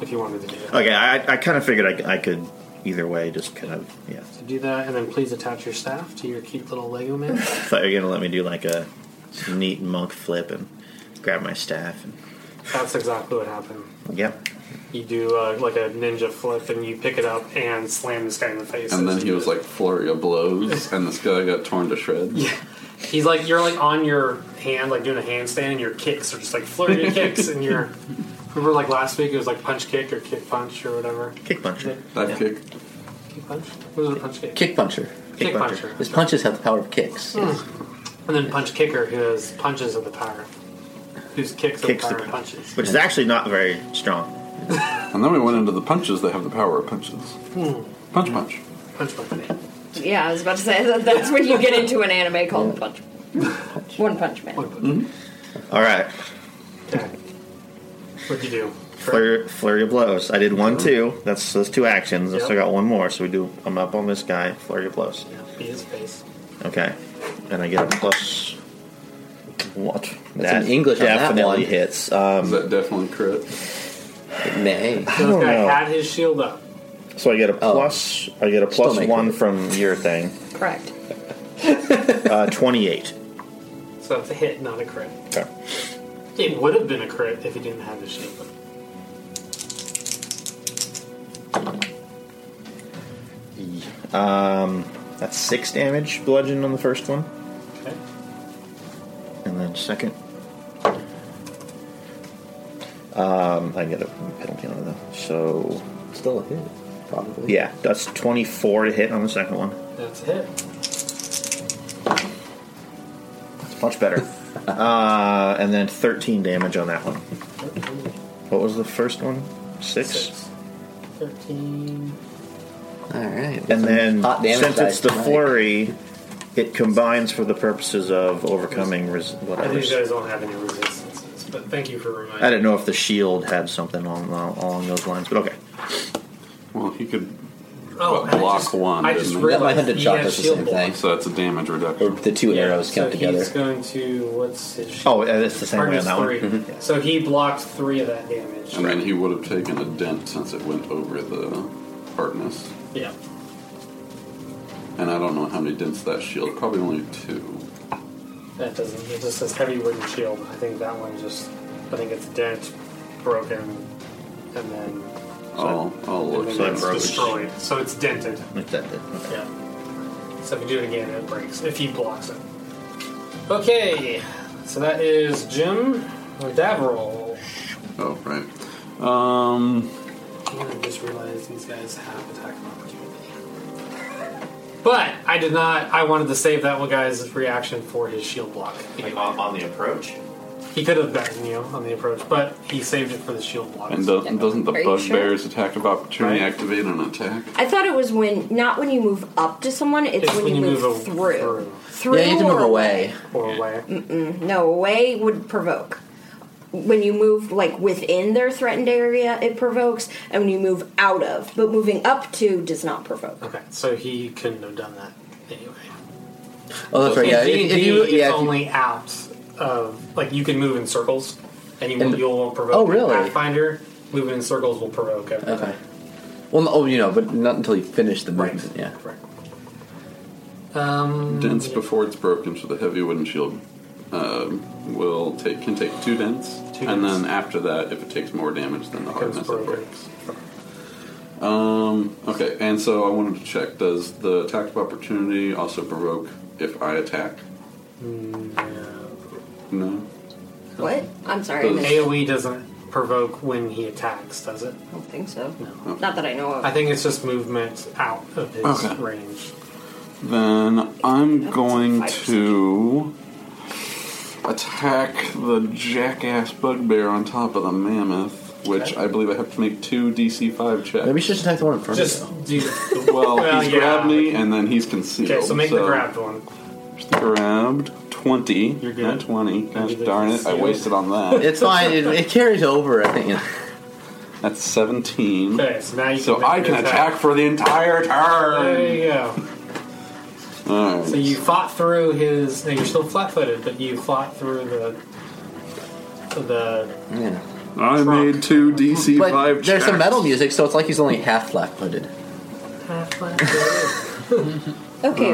B: if you wanted to do that.
F: Okay, I, I kind of figured I, I could either way, just kind of, yeah.
B: So do that, and then please attach your staff to your cute little Lego man.
F: I thought you were going to let me do like a neat monk flip and grab my staff. And,
B: That's exactly what happened.
F: yep.
B: You do uh, like a ninja flip, and you pick it up and slam this guy in the face.
C: and then
B: as
C: he
B: you
C: was
B: do it.
C: like flurry of blows, and this guy got torn to shreds.
B: he's like, you're like on your hand, like doing a handstand, and your kicks are just like flurry of kicks, and you're. Remember, like last week, it was like punch kick or kick punch or whatever.
F: Kick puncher.
C: Dive kick.
B: Kick punch. What was it? Punch kick.
D: Kick puncher.
B: Kick,
F: puncher.
B: puncher. Hmm.
D: His punches have the power of kicks.
B: And then punch kicker, who has punches of the power, whose kicks,
F: Kicks
B: of the
F: the
B: power and
F: punch.
B: punches.
F: Which is actually not very strong.
C: And then we went into the punches that have the power of punches. Punch punch.
B: Punch punch.
G: Yeah, I was about to say that, that's when you get into an anime called The Punch. One Punch Man.
B: One punch.
F: All right.
B: Okay. What'd you do?
F: Flurry, flurry of blows. I did one, two. That's those two actions. I still
B: Yep.
F: got one more, so we do. I'm up on this guy. Flurry of blows.
B: Beat his face.
F: Okay, and I get a plus. What?
D: That's in English on that
F: Definitely
D: one.
F: hits.
C: Is
F: Um,
C: that definitely crit?
D: It may.
B: So this
F: don't
B: guy
F: know.
B: had his shield up.
F: So I get a plus. I get a plus
D: Oh. Still make
F: one
D: it.
F: from your thing.
G: Correct.
F: Uh, Twenty-eight.
B: So it's a hit, not a crit.
F: Okay.
B: It would have been a crit if he didn't have his shield up.
F: Um, That's six damage bludgeon on the first one,
B: Okay.
F: and then second. Um, I get a penalty on it though. So
D: Still a hit, probably.
F: yeah, that's twenty-four to hit on the second one.
B: That's a hit.
F: It's much better. uh, and then thirteen damage on that one. What was the first one? Six.
B: Six. Thirteen.
D: All right.
F: And then,
D: Hot damage
F: since it's
D: dice
F: the
D: tonight.
F: flurry, it combines for the purposes of overcoming res-
B: I
F: whatever.
B: think you guys don't have any resistances, but thank you for reminding
F: I didn't know if the shield had something on uh, along those lines, but okay.
C: Well, he could.
B: Oh,
C: But
B: I
C: block
B: just,
C: one,
B: I just
C: didn't it?
B: realized
D: Yeah, my hunted
B: he
D: shot
B: has
D: does the
B: shield
D: same
B: block.
D: thing.
C: So that's a damage
D: Or
C: reduction.
D: the two
B: Yeah,
D: arrows
B: so
D: count together.
B: he's going to what's his shield?
F: Oh, and it's the same
B: Pardon,
F: way on
B: it's
F: that
B: three.
F: one. Mm-hmm.
B: So he blocked three of that damage.
C: And then he would have taken a dent since it went over the hardness.
B: Yeah.
C: And I don't know how many dents that shield. Probably only two.
B: That doesn't. It just says heavy wooden shield. I think that one just. I think it's dent, broken, and then,
C: I'll, I'll
B: and
C: look.
B: then
F: so I
B: it's
F: broke it.
B: destroyed. So it's dented.
F: Like that did. Okay.
B: Yeah. So if you do it again, it breaks. If he blocks it. Okay. So that is Jim or Davril.
C: Oh, right. Um,
B: I just realized these guys have attack of opportunity. But I did not. I wanted to save that one guy's reaction for his shield block.
I: Like on, on the approach?
B: He could have gotten you on the approach, but he saved it for the shield block.
C: and do- doesn't the
G: Are you sure?
C: bugbear's attack of opportunity
B: Right.
C: activate an attack?
G: I thought it was when not when you move up to someone, it's, when, you move,
B: a-
G: through.
B: through.
G: Through
D: yeah, you have to move
G: or
D: away.
B: or away.
G: No, away would provoke. When you move like within their threatened area, it provokes, and when you move out of, but moving up to does not provoke.
B: Okay, so he couldn't have done that anyway.
D: Oh, that's right. Yeah,
B: In
D: if, if
B: D&D,
D: you,
B: it's
D: yeah, if you,
B: only out of like you can move in circles, and you won't,
D: And-
B: you won't provoke.
D: Oh,
B: In
D: really?
B: Pathfinder moving in circles will provoke. Everything.
D: okay. Well, no, oh, you know, but not until you finish the
B: Right.
D: movement. Yeah.
B: Right. Um,
C: Dents before it's broken, so the heavy wooden shield um, will take can take two dents,
B: Two
C: and
B: dents.
C: then after that, if it takes more damage than the hardness,
B: Becomes
C: it
B: broken.
C: breaks. Um, okay, and so I wanted to check: does the attack of opportunity also provoke if I attack?
B: Mm,
C: No.
G: What? I'm sorry, I missed- I
B: AOE E doesn't provoke when he attacks, does it?
G: don't think so. Not that I know
B: I
G: of.
B: think it's just movement out of his
C: Okay.
B: range.
C: Then I'm
G: That's
C: going
G: five
C: to attack the jackass bugbear on top of the mammoth, which I believe I have to make two DC five checks.
D: Maybe you should just attack the one in front
B: Just
D: of
B: do.
C: Well,
B: Well,
C: he's
B: yeah.
C: grabbed me, and then he's concealed.
B: Okay, so make the grabbed one.
C: Grabbed twenty.
B: You're good.
C: Not twenty. Gosh
B: Maybe
C: darn
B: that's
C: it! I
B: concealed.
C: wasted on
D: you.
C: that.
D: It's fine. It, it carries over. I think.
C: That's seventeen.
B: Okay, so now you
C: So
B: can make
C: I
B: an
C: can attack for the entire
B: There
C: turn.
B: you go.
C: All right.
B: So you fought through his. No, you're still flat-footed, but you fought through the the
D: Yeah.
C: I
B: Trump.
C: made two DC
D: But
C: five.
D: there's some
C: checks.
D: metal music, so it's like he's only half flat-footed.
B: half-flat-footed.
G: Okay,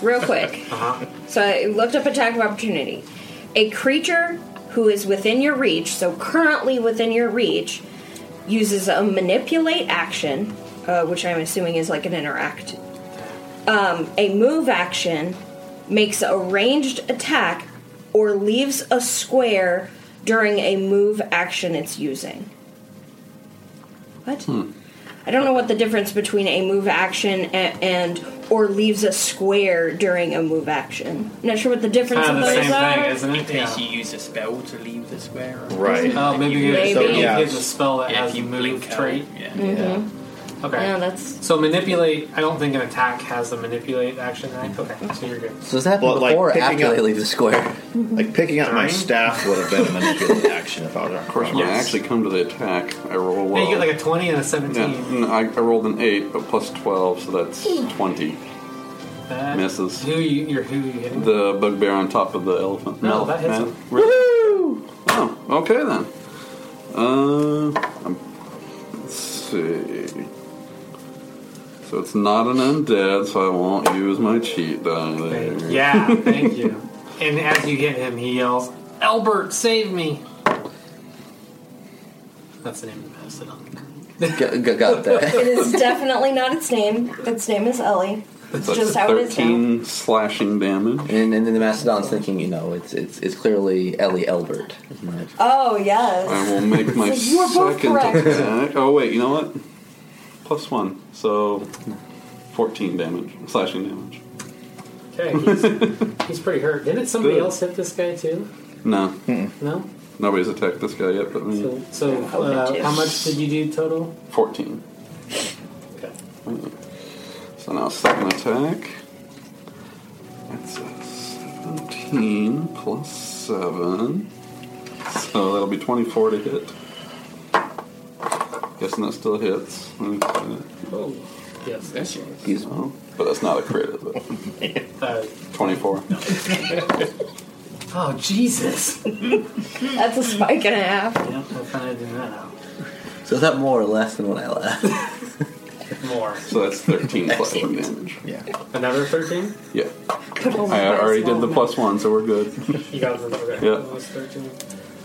G: real quick.
B: uh-huh.
G: So I looked up attack of opportunity. A creature who is within your reach, so currently within your reach, uses a manipulate action, uh, which I'm assuming is like an interact. Um, a move action makes a ranged attack or leaves a square during a move action it's using. What?
B: Hmm.
G: I don't know what the difference between a move action and, and or leaves a square during a move action. I'm not sure what the difference
B: kind
G: of
B: of the
G: those
B: same
G: are.
B: thing, isn't
E: In
B: it?
E: case
B: Yeah.
E: you use a spell to leave the square. or-
F: Right.
B: Oh, maybe you
G: Maybe.
B: so you
F: Yeah.
B: give a spell that
E: Yeah,
B: has
E: if
B: a
E: you
B: move
E: blink uh, out,
B: trait.
E: Yeah.
B: Okay.
G: Yeah, that's
B: So manipulate. I don't think an attack has the manipulate action. Right? Okay, so you're good.
D: So does that happen
F: Well, like,
D: before or
F: picking
D: after
F: up-
D: they leave the square?
F: Like picking up my staff would have been a manipulative action if I was
C: Of course, when I actually come to the attack, I roll well.
B: Hey, you get like a twenty and a
C: yeah,
B: seventeen.
C: no, I, I rolled an eight, but plus twelve, so that's twenty.
B: That-
C: Misses.
B: Who you? You're who you hitting?
C: The bugbear on top of the elephant.
B: No, Oh, that hits
C: man.
B: him.
C: Really? Oh, okay then. Uh, I'm see. So it's not an undead, so I won't use my cheat die
B: Thank-
C: there.
B: yeah, thank you. And as you hit him, he yells, Albert, save me! That's the name of the bastard.
D: G- g- got that.
G: It is definitely not its name. Its name is Ellie.
C: It's
G: just how it is now.
C: 13 slashing damage.
D: And, and then the mastodon's thinking, you know, it's it's it's clearly Ellie Elbert. Isn't it?
G: Oh yes.
C: I will make my
G: It's like, you are both
C: second
G: correct.
C: attack. Oh, wait, you know what? Plus one, so 14 damage, slashing damage.
B: Okay, he's, he's pretty hurt. Didn't somebody
C: Good.
B: else hit this guy too?
C: No,
B: No?
C: nobody's attacked this guy yet but me.
B: So, so uh, how much did you do total?
C: 14.
B: Okay.
C: So now second attack. That's a 17 plus 7. So that'll be 24 to hit. Guessing that still hits.
B: Oh, yes. That's
D: Excuse me.
C: Oh, But that's not a crit, is it?
B: uh,
C: 24.
B: oh, Jesus! yeah,
G: That's a spike and a half.
B: we'll find out in that out.
D: So is that more or less than what I left?
B: More.
C: So that's 13 slashing damage.
F: Yeah.
B: Another 13?
C: Yeah.
G: Good old
C: I already
G: Christ,
C: did the
G: oh,
C: plus one, so we're good.
B: You got the okay.
C: Yeah.
B: that was 13.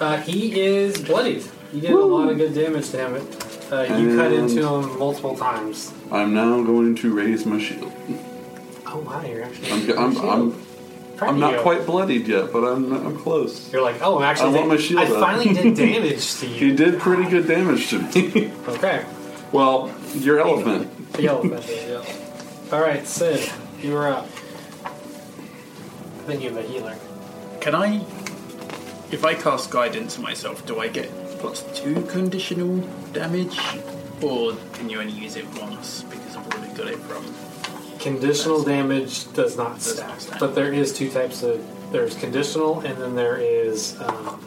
B: Uh, he is bloodied. You did a lot of good damage to him. Uh, you cut
C: And-
B: into him multiple times.
C: I'm now going to raise my shield.
B: Oh wow, you're actually.
C: I'm, I'm, I'm, I'm not
B: Pretty.
C: quite bloodied yet, but I'm, I'm close.
B: You're like, oh, actually,
C: I want my shield
B: I
C: up.
B: finally did damage to you.
C: You did pretty good damage to me.
B: Okay.
C: well, your elephant.
B: Yellow message, yeah. All right, Sid, you are up. Then you have a healer.
E: Can I, if I cast guidance myself, do I get plus two conditional damage, or can you only use it once because I've already got it from?
B: Conditional damage does not stack,
E: not stack.
B: but there is two types of. There's conditional, and then there is. Um,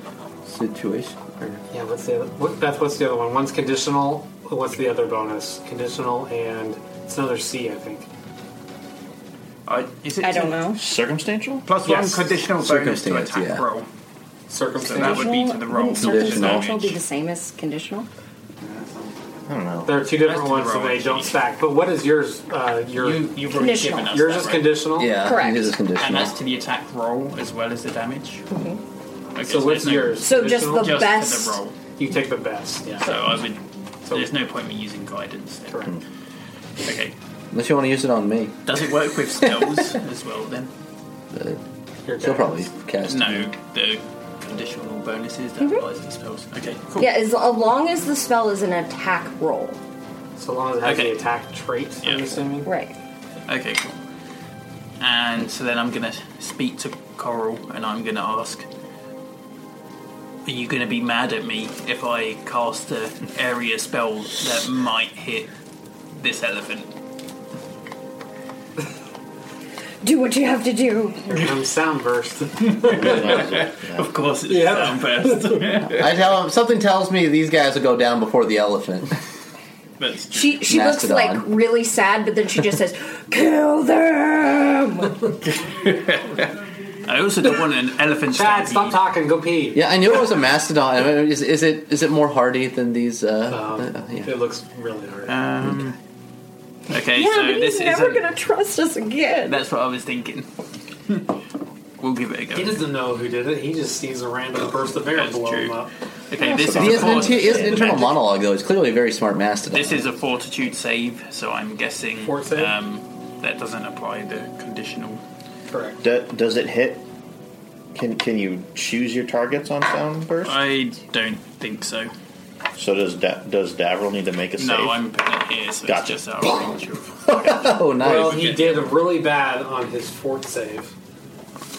D: Situation. or-
B: yeah, what's the other? What, Beth, what's the other one? One's conditional. What's the other bonus? Conditional, and it's another C, I think.
E: I is it
G: I don't know.
F: Circumstantial?
E: Plus
B: Yes.
E: one conditional bonus to
D: Circumstance,
E: attack
D: yeah.
E: roll. So that
B: Circumstantial.
E: would be to the roll.
G: Wouldn't Circumstantial
F: Conditional.
G: be the same as conditional.
F: I don't know.
B: There are two different
E: That's
B: ones,
E: the
B: and they
E: roll.
B: don't stack. But what is yours? Uh, your
E: You, you've already
G: Conditional.
E: given us
B: yours
E: that,
B: is
E: right?
B: conditional.
D: Yeah,
G: Correct.
D: it is
E: And
D: conditional.
E: that's to the attack roll as well as the damage. Okay,
B: So
E: there's
B: what's
E: no-
B: yours?
G: So just
B: Conditional?
G: Mm-hmm. the
E: Just
G: best.
E: to the roll.
B: You take the best. Yeah.
E: So I would.
B: So-
E: there's no point in using guidance. Then.
D: Hmm.
B: Correct.
E: Okay.
D: Unless you want to use it on me.
E: Does it work with spells as well then?
D: But
B: Your
D: she'll
B: guidance.
D: probably cast.
E: No, the conditional bonuses that
G: Mm-hmm.
E: applies to spells. Okay, cool.
G: Yeah, as long as the spell is an attack roll.
B: So long as it has
E: Okay.
B: the attack trait, I'm
E: Yeah.
B: assuming.
G: Right.
E: Okay, cool. And so then I'm gonna speak to Coral and I'm gonna ask Are you gonna be mad at me if I cast a area spell that might hit this elephant?
G: Do what you have to do.
B: Here comes sound burst.
E: Of course it's
B: Yeah.
E: down first.
D: I tell him something tells me these guys will go down before the elephant.
E: That's true.
G: She she looks like
D: Mastodon.
G: really sad, but then she just says, "Kill them."
E: I also don't want an elephant
B: Chad,
E: stampede.
B: stop talking. Go pee.
D: Yeah, I knew it was a mastodon. I mean, Is, is it is it more hardy than these?
B: Um,
D: Uh, uh, yeah.
B: It looks really hard.
E: Um, okay,
G: Yeah,
E: so
G: but
E: this
G: he's never
E: is
G: gonna trust us again.
E: That's what I was thinking. we'll give it a go.
B: he doesn't know who did it. He just sees a random burst of air and
E: Oh, That's
B: blow him
E: true.
B: up.
E: Okay, this is,
D: He
E: a
D: has an,
E: fort-
D: inti- he has an internal monologue though. He's clearly a very smart mastodon.
E: this is a fortitude save, so I'm guessing
B: Fort save?
E: Um, that doesn't apply the conditional.
B: Correct.
F: Do, does it hit? Can can you choose your targets on sound burst?
E: I don't think so.
F: so does da- does Davril need to make a
E: No,
F: save?
E: I'm putting it here, so
F: Gotcha.
E: it's just out of range of-
D: oh nice.
B: Well, he did really bad on his fourth save.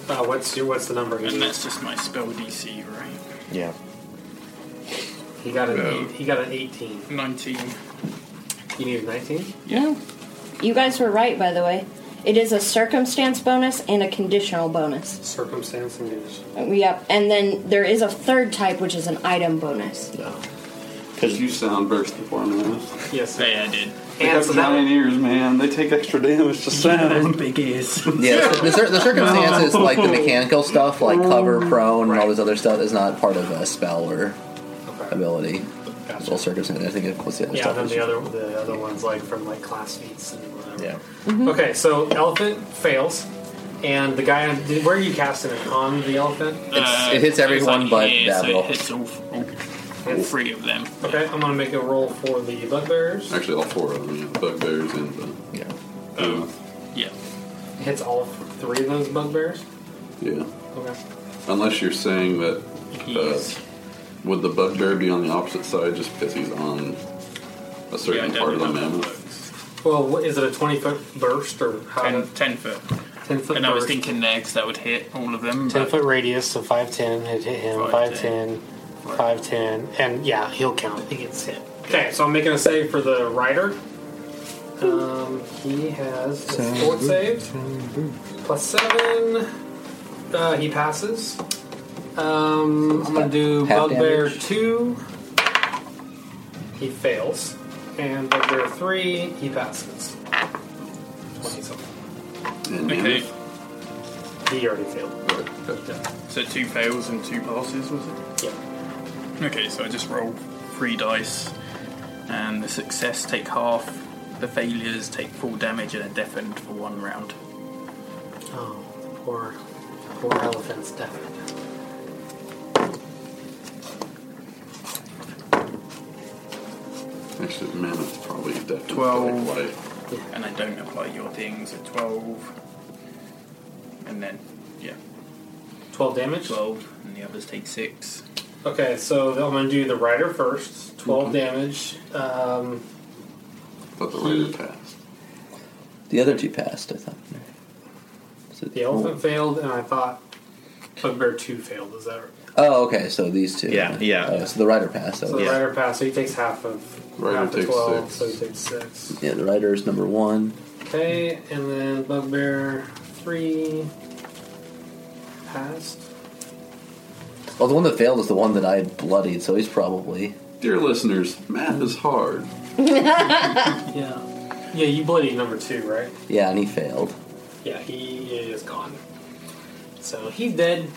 B: Uh, what's your what's the number? He,
E: And that's just my spell DC, right?
F: yeah.
B: he got an
E: Oh.
C: Yeah.
B: eight, he got an eighteen.
E: 19.
B: You need a nineteen.
G: No, you guys were right, by the way. It is a circumstance bonus and a conditional bonus.
B: Circumstance and condition.
G: Yep, and then there is a third type, which is an item bonus.
B: No.
C: Because you sound burst before me.
B: Yes.
E: Yeah, I did.
C: They
B: And
C: have
B: so that
C: giant ears, man. They take extra damage to sound.
E: big ears.
D: Yeah, the, the, cir- the circumstances, like the mechanical stuff, like cover, prone, and all this other stuff, is not part of a spell or
B: Okay.
D: ability.
B: Gotcha.
D: Well, circumstance. I think it was the other
B: Yeah, and
D: stuff.
B: then
D: was
B: the
D: just-
B: other the other ones like from like class feats and whatever.
D: Yeah.
E: uh,
B: Okay, so elephant fails, and the guy where are you casting it on the elephant?
D: It's- it hits
E: Uh, so it's
D: everyone
E: like
D: but
E: here, so
D: Davil.
E: it hits all, all, all three of them.
B: Okay, I'm gonna make a roll for the bugbears.
C: Actually, all four of them. yeah, The bugbears and uh, the.
D: Yeah.
C: Oh,
E: Yeah.
B: Hits all three of those bugbears.
C: Yeah.
B: Okay.
C: Unless you're saying that.
E: He's,
C: Uh, would the bugbear be on the opposite side just because he's on a certain part of the mammoth?
B: Well, what, is it a 20 foot burst or how?
E: Ten, ten foot.
B: 10 foot.
E: And I was
B: burst.
E: thinking legs that would hit all of them.
B: 10
E: but-
B: foot radius, so 5'10, it hit him, 5'10,
E: 5'10",
B: 5'10, and yeah, he'll count. He gets hit. Okay, so I'm making a save for the rider. Um, he has his fort saved, plus 7. Uh, he passes. Um, I'm going to do
D: Half
B: Bugbear
D: damage.
B: 2. He fails. And Bugbear 3, he passes. 20 something.
C: And
E: Okay,
C: mammoth?
B: He already failed.
E: so two fails and two passes, was it?
B: Yeah.
E: Okay, so I just roll three dice, and the success take half, the failures take full damage, and are deafened for one round.
B: Oh, poor, poor elephant Stefan.
C: Actually, the mammoth's probably definitely
E: Twelve.
C: quite light.
E: And I don't apply your things at 12, and then, yeah,
B: 12 damage?
E: 12, and the others take 6.
B: Okay, so I'm going to do the rider first. 12 damage. Um,
C: But the rate passed.
D: The other two passed, I thought. So-
B: the elephant failed, and I thought Bugbear 2 failed. Is that right?
D: Oh, okay. So these two.
F: Yeah, yeah.
D: Oh, so the rider passed. That
B: So
D: was-
B: the
F: Yeah.
B: rider passed, so he takes half of
C: Rider
B: half the
C: takes
B: 12,
C: six.
B: so he takes 6.
D: yeah. The rider is number one.
B: Okay, and then Bugbear 3 passed.
D: Well, the one that failed is the one that I bloodied, so he's probably.
C: Dear listeners, math is hard.
B: Yeah. Yeah, you bloodied number 2, right?
D: Yeah, and he failed.
B: Yeah, he is gone. So he's dead.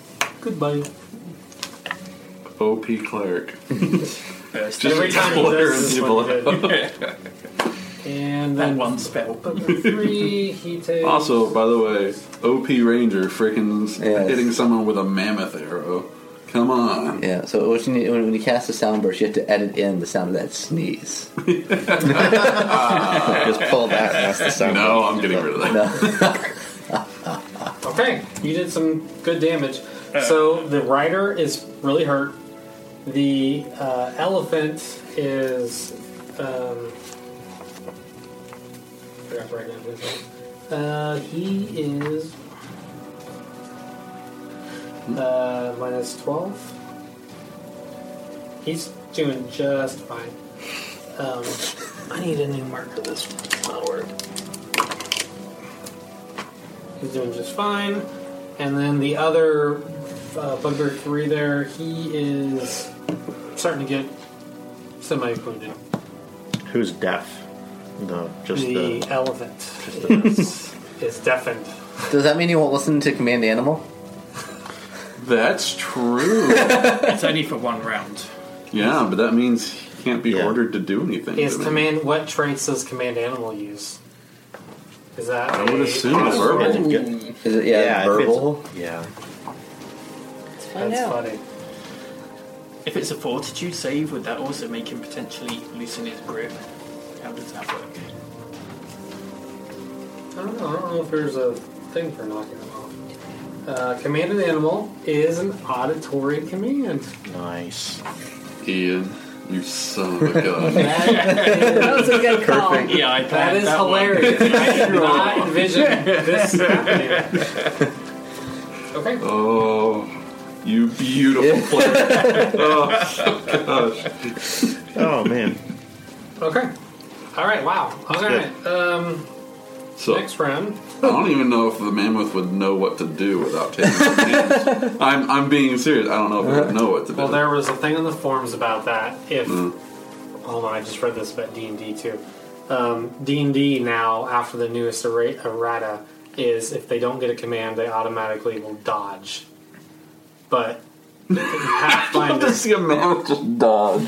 B: Goodbye.
C: OP cleric.
E: First,
C: Just
B: Every time he
C: exploring
B: does this
C: people.
B: one, he And
E: that
B: then
E: one spell.
B: Bugbear 3, he takes.
C: also, by the way, OP ranger freaking
D: Yes.
C: hitting someone with a mammoth arrow. Come on.
D: Yeah. So what you need, when, when you cast a sound burst, you have to edit in the sound of that sneeze. Just pull back past the sound.
C: No, I'm getting rid of that.
B: Okay, you did some good damage. so the rider is really hurt. The uh, elephant is. Um, I forgot to write down his name. Uh, he is. Uh, minus 12. He's doing just fine. Um, I need a new marker this one. It's not working. He's doing just fine. And then the other uh, Bugbear 3 there, he is starting to get semi wounded.
F: Who's deaf? No, just
B: The
F: the.
B: elephant
F: just the
B: is, is deafened.
D: Does that mean you won't listen to Command Animal?
C: That's true.
E: It's only for one round.
C: yeah, but that means he can't be
F: Yeah.
C: ordered to do anything.
B: Is
C: to me.
B: command what traits does command animal use? Is that
C: I would
B: a-
C: assume it's verbal.
D: Is it yeah,
F: Yeah, if it's-
D: verbal?
F: yeah.
G: Let's find
B: That's
G: out.
B: funny.
E: If it's a fortitude save, would that also make him potentially loosen his grip? How does that work?
B: I don't know. I don't know if there's a thing for knocking him off. Uh, command an animal is an auditory command.
F: Nice.
C: Ian, you son of a gun.
G: That was a good call.
E: Yeah, I
B: That is hilarious. I did not envision this happening. Okay.
C: oh, you beautiful player.
F: Oh man.
B: Okay. All right. Wow. All right. Um,
C: So,
B: next round.
C: I don't even know if the mammoth would know what to do without taking the chance. I'm, I'm being serious. I don't know if it would know what to do.
B: Well, there was a thing on the forums about that. If hold on, I just read this about D and D too. Um, D and D now after the newest erra- errata is if they don't get a command, they automatically will dodge. But you have to
C: I'd
B: find
C: love to
B: this.
C: see a mammoth just dodge.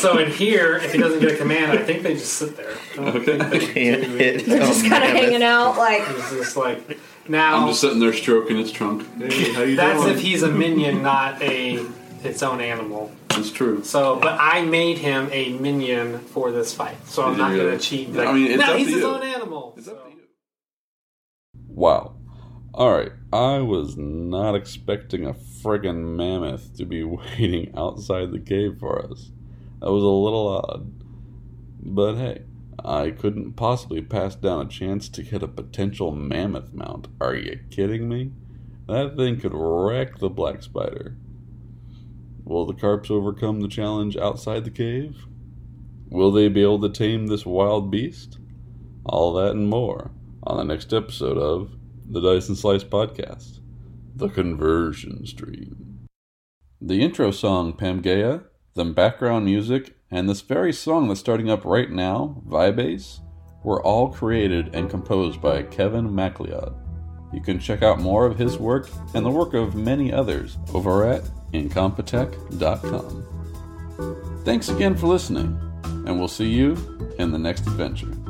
B: so in here, if he doesn't get a command, I think they just sit there.
H: Okay.
D: Can't hit.
G: They're just kind of hanging out, like
B: It's just like now.
H: I'm just sitting there stroking its trunk. Hey, how you
B: that's
H: doing?
B: if he's a minion, not a its own animal.
H: That's true.
B: So, but I made him a minion for this fight, so I'm
H: Did
B: not
H: you
B: going to
H: really?
B: cheat.
H: I mean, it's
B: no,
H: up
B: he's
H: to
B: his
H: you.
B: own animal.
H: It's up
B: so.
H: to you.
C: Wow. Alright, I was not expecting a friggin' mammoth to be waiting outside the cave for us. That was a little odd. But hey, I couldn't possibly pass down a chance to get a potential mammoth mount. Are you kidding me? That thing could wreck the black spider. Will the carps overcome the challenge outside the cave? Will they be able to tame this wild beast? All that and more on the next episode of the Dice and Slice podcast, The Conversion Stream. The intro song, Pamgea, the background music, and this very song that's starting up right now, Vibase, were all created and composed by Kevin MacLeod. You can check out more of his work and the work of many others over at incompetech.com. Thanks again for listening, and we'll see you in the next adventure.